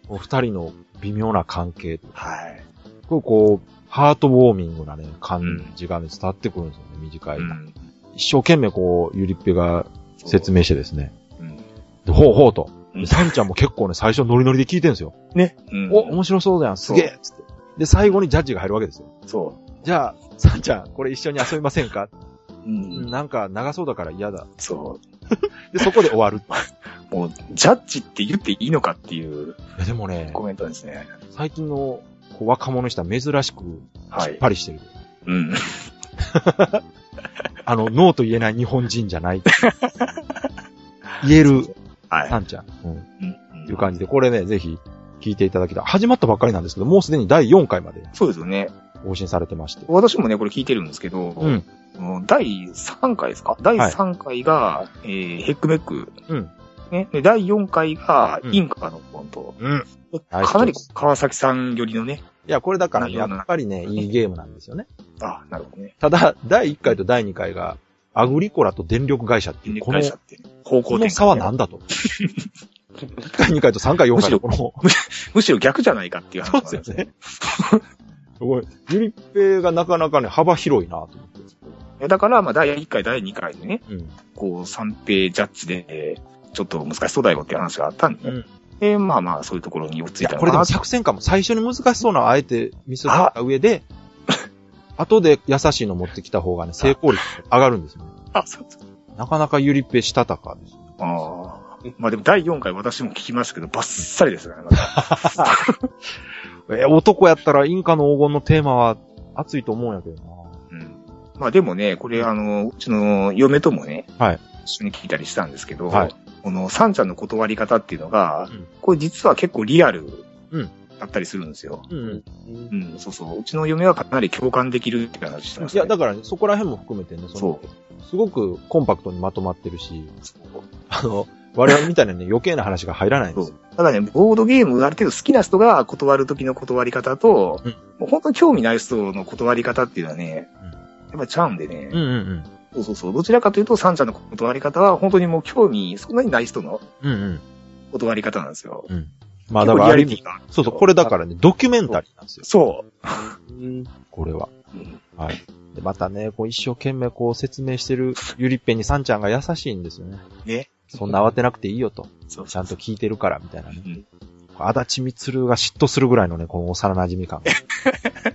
Speaker 3: お二人の微妙な関係。
Speaker 2: はい。
Speaker 3: すごいこう、ハートウォーミングなね、感じがね、伝わってくるんですよね、短い。一生懸命こう、ゆりっぺが説明してですね。でほうほうと。でサンちゃんも結構ね、最初ノリノリで聞いてるんですよ。
Speaker 2: ね。
Speaker 3: お、面白そうだやん、すげえつって。で、最後にジャッジが入るわけですよ。
Speaker 2: そう。
Speaker 3: じゃあ、サンちゃん、これ一緒に遊びませんか
Speaker 2: うん。
Speaker 3: なんか、長そうだから嫌だ。
Speaker 2: そう。
Speaker 3: で、そこで終 わる。
Speaker 2: もう、ジャッジって言っていいのかっていう
Speaker 3: いや、でもね、
Speaker 2: コメントですね。
Speaker 3: 最近のこう若者にしたら珍しく、
Speaker 2: はい
Speaker 3: しっぱりしてる。
Speaker 2: うん。
Speaker 3: あの、ノーと言えない日本人じゃ ない。言える、サンちゃん。うん。いう感じで、これね、ぜひ、聞いていただきたい。始まったばっかりなんですけど、もうすでに第4回まで
Speaker 2: そうですよね。
Speaker 3: 更新されてまして。
Speaker 2: 私もね、これ聞いてるんですけど、
Speaker 3: うん。
Speaker 2: もう第3回ですか第3回が、えーヘックメック。
Speaker 3: うん。
Speaker 2: ね。で、第4回が、インカのコント。
Speaker 3: うん。
Speaker 2: かなり川崎さん寄りのね。
Speaker 3: いや、これだからね、
Speaker 2: 内
Speaker 3: や
Speaker 2: 容な
Speaker 3: っぱりね、いいゲームなんですよね。
Speaker 2: あ、なるほどね。
Speaker 3: ただ、第1回と第2回が、アグリコラと電力会社っていう、この、
Speaker 2: 方
Speaker 3: この差は何だと。1回、2回と3回、4回のこの、
Speaker 2: むしろ逆じゃないかっていう
Speaker 3: 話、そうですよね。これ、ゆりっぺがなかなかね、幅広いなと思って
Speaker 2: えだから、まあ、第1回、第2回でね、こう、算定ジャッジで、ちょっと難しそうだよっていう話があったんで、で、まあまあ、そういうところに落ち着いたの
Speaker 3: こ
Speaker 2: か
Speaker 3: れでも
Speaker 2: な
Speaker 3: 作戦かも。最初に難しそうなのをあえて見せた上で、後で優しいの持ってきた方がね、成功率上がるんですね。
Speaker 2: あ、そう
Speaker 3: なかなかゆりっぺしたたかです。
Speaker 2: ああ。まあでも第4回私も聞きましたけど、バッサリですからね。
Speaker 3: え、男やったらインカの黄金のテーマは熱いと思うんやけどな。
Speaker 2: まあでもね、これあの、うちの嫁ともね、
Speaker 3: はい。
Speaker 2: 一緒に聞いたりしたんですけど、
Speaker 3: はい
Speaker 2: このサンちゃんの断り方っていうのが、これ実は結構リアル
Speaker 3: うん。
Speaker 2: だったりするんですよ。
Speaker 3: うん。
Speaker 2: うん、そうそう。うちの嫁はかなり共感できるって話してまし
Speaker 3: いや、だから、ね、そこら辺も含めてね、そのすごくコンパクトにまとまってるし、あの、我々みたいな ね、余計な話が入らないんですよ。
Speaker 2: ただね、ボードゲームある程度好きな人が断る時の断り方と、もう本当に興味ない人の断り方っていうのはね、やっぱちゃうんでね。
Speaker 3: うんうん
Speaker 2: そうそうそう。どちらかというと、サンちゃんの断り方は本当にもう興味そんなにない人の
Speaker 3: うん。うんうん。
Speaker 2: 断り方なんですよ。
Speaker 3: うん。まあだからある意
Speaker 2: 結
Speaker 3: 味
Speaker 2: 構リアリティが、
Speaker 3: そうそう、これだからね、ドキュメンタリーなんですよ。。
Speaker 2: そう
Speaker 3: これは。はい。で、またね、こう一生懸命こう説明してるゆりっぺにさんちゃんが優しいんですよね。
Speaker 2: ね。
Speaker 3: そんな慌てなくていいよと。ちゃんと聞いてるから、みたいなね。足立みつるが嫉妬するぐらいのね、この幼馴染み感が。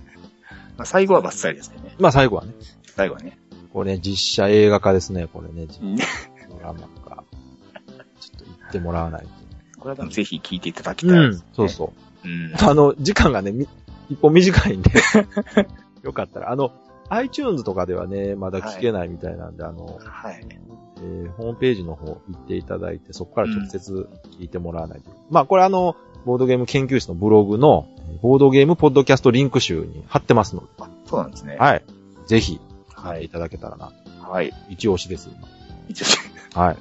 Speaker 2: まあ、最後はバッサリですけどね。
Speaker 3: まあ最後はね。
Speaker 2: 最後はね。
Speaker 3: これね、実写映画化ですね、これね。ドラマ化。ちょっと言ってもらわないと。
Speaker 2: これはでもぜひ聞いていただきた
Speaker 3: う
Speaker 2: いで
Speaker 3: ん
Speaker 2: す。、
Speaker 3: そうそう。
Speaker 2: うん。
Speaker 3: あの、時間がね、み一本短いん で、よかったら、あの、iTunes とかではね、まだ聞けないみたいなんで、あの、
Speaker 2: はい。
Speaker 3: えーホームページの方行っていただいて、そこから直接聞いてもらわないと。まあ、これあの、ボードゲーム研究室のブログの、えーボードゲームポッドキャストリンク集に貼ってますので。
Speaker 2: そうなんですね。
Speaker 3: はい。ぜひ、はい。いただけたらな。
Speaker 2: はい。
Speaker 3: 一押しです、今
Speaker 2: 一応、
Speaker 3: はい。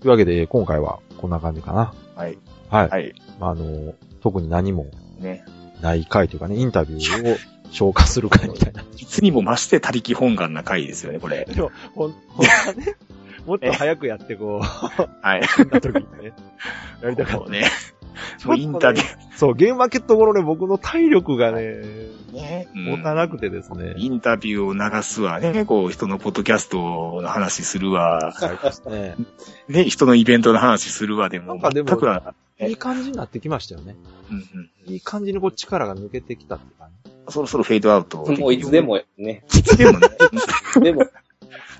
Speaker 3: というわけで、今回はこんな感じかな。
Speaker 2: はい。
Speaker 3: はい。
Speaker 2: はい。
Speaker 3: まあ、あの、特に何も
Speaker 2: ね。
Speaker 3: ない回というかね、インタビューを消化する回みたいな。
Speaker 2: いつにも増して他力本願な回ですよね、これ。
Speaker 3: でも、 ほん、ほんはね、 もっと早くやって こう。
Speaker 2: はい。
Speaker 3: な時にね、やりたかった
Speaker 2: ね。もうインタビュー。
Speaker 3: そう、ゲームマーケット頃ね、僕の体力がね、
Speaker 2: ね
Speaker 3: 持たなくてですね。
Speaker 2: インタビューを流すわね、こう、人のポッドキャストの話するわ、
Speaker 3: ね
Speaker 2: ね、人のイベントの話するわ、でも、
Speaker 3: なんかで
Speaker 2: 全くは
Speaker 3: も、、いい感じになってきましたよね。いい感じにこう力が抜けてきたって感じ。
Speaker 2: そろそろフェードアウト。
Speaker 4: もういつでもね。
Speaker 2: いつでもね。
Speaker 4: でも。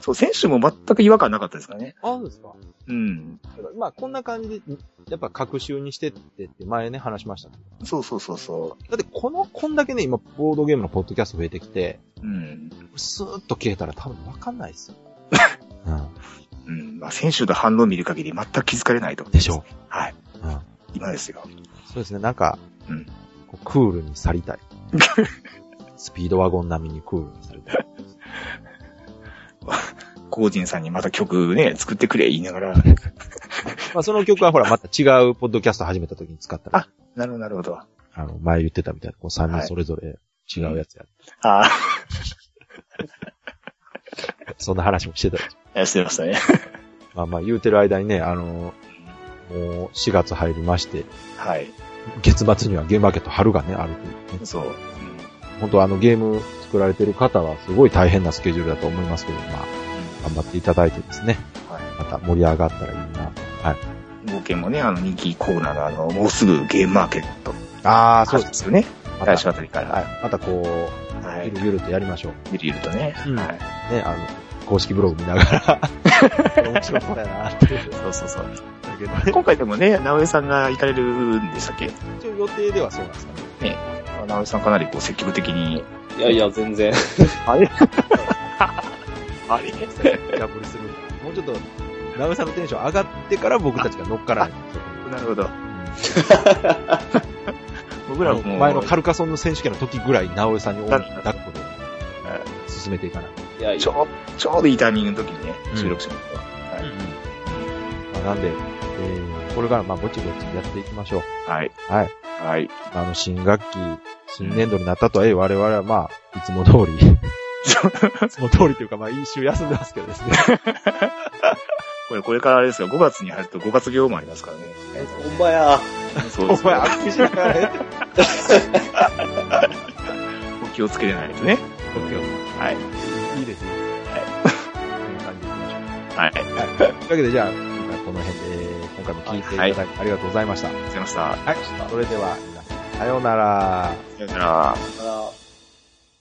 Speaker 2: そう、選手も全く違和感なかったですからね。
Speaker 3: あ、そうですか。
Speaker 2: うん。
Speaker 3: まあ、こんな感じで、やっぱ、各週にしてってって前ね、話しましたけど。
Speaker 2: そうそうそうそう。
Speaker 3: だって、この、こんだけね、今、ボードゲームのポッドキャスト増えてきて、
Speaker 2: うん。
Speaker 3: スーッと消えたら多分わかんない ですよ。
Speaker 2: うん。まあ、選手の反応を見る限り全く気づかれないと思います。
Speaker 3: でしょ
Speaker 2: はい。
Speaker 3: うん
Speaker 2: 今ですよ。
Speaker 3: そうですね、なんか、
Speaker 2: うん
Speaker 3: こうクールに去り たい。スピードワゴン並みにクールに去りたい。
Speaker 2: コージンさんにまた曲ね、作ってくれ言いながら。
Speaker 3: まあ、その曲はほら、また違うポッドキャスト始めた時に使ったら、
Speaker 2: なるほど、なるほど。あ
Speaker 3: あの、前言ってたみたいな、こう3人それぞれ違うやつやる、
Speaker 2: あ
Speaker 3: そんな話もしてたでしょ
Speaker 2: ー、してましたね。
Speaker 3: まあまあ、言うてる間にね、あのーもう4月入りまして、
Speaker 2: はい。
Speaker 3: 月末にはゲームマーケット春がね、あるという、ね。
Speaker 2: そう。
Speaker 3: 本当あのゲーム作られてる方はすごい大変なスケジュールだと思いますけど、まあ、頑張っていただいてですね。また盛り上がったらいいなと。はい。
Speaker 2: 冒険もね、あの人気コーナーのあの、もうすぐゲームマーケット。
Speaker 3: ああ、そう
Speaker 2: ですよね。来週あたりから。はい。
Speaker 3: またこう、ゆるゆるとやりましょう。
Speaker 2: ゆるゆるとね。
Speaker 3: うん。ね、あの、公式ブログ見ながら、面白そうやなっていう。
Speaker 2: そうそうそう。
Speaker 3: だけど、
Speaker 2: 今回でもね、直江さんが行かれるんでしたっけ
Speaker 3: 一応予定ではそうなんですかね。
Speaker 2: ね。直江さんかなりこう積極的に。
Speaker 4: いやいや、全然。
Speaker 2: あれ
Speaker 3: あれ破りする。もうちょっと、ラムさんのテンション上がってから僕たちが乗っからないと。
Speaker 2: なるほ ど。僕らももう
Speaker 3: 前のカルカソンの選手権の時ぐらい、直江さんに大きく抱くことを進めていかない。
Speaker 4: いや、
Speaker 2: ちょう、ちょうどいいタイミングの時にね、
Speaker 3: うん
Speaker 2: 収録しました。はい
Speaker 3: まあなんで、えー、これからまあぼちぼちやっていきましょう。
Speaker 2: はい。
Speaker 3: はい。
Speaker 2: はい。
Speaker 3: あの、新学期、新年度になったとはいえ、我々はまあ、いつも通り、その通りというか、まあ、一週休んでますけどですね。
Speaker 2: これ、これからあれですが、5月に入ると5月病もありますからね。
Speaker 4: ほんまや。
Speaker 2: そうです
Speaker 4: ほんまや、悪しかない。
Speaker 2: お気をつけれないですね。
Speaker 3: お気をつけ
Speaker 2: はい。
Speaker 3: いいですね。
Speaker 2: は
Speaker 3: は
Speaker 2: い。
Speaker 3: い。というわけで、じゃあ、今回この辺で、えー今回も聞いていただき、ありがとうございました。ありがとうご
Speaker 2: ざいました。
Speaker 3: はい。それでは、皆さん、さようなら。
Speaker 2: さようなら。
Speaker 4: あら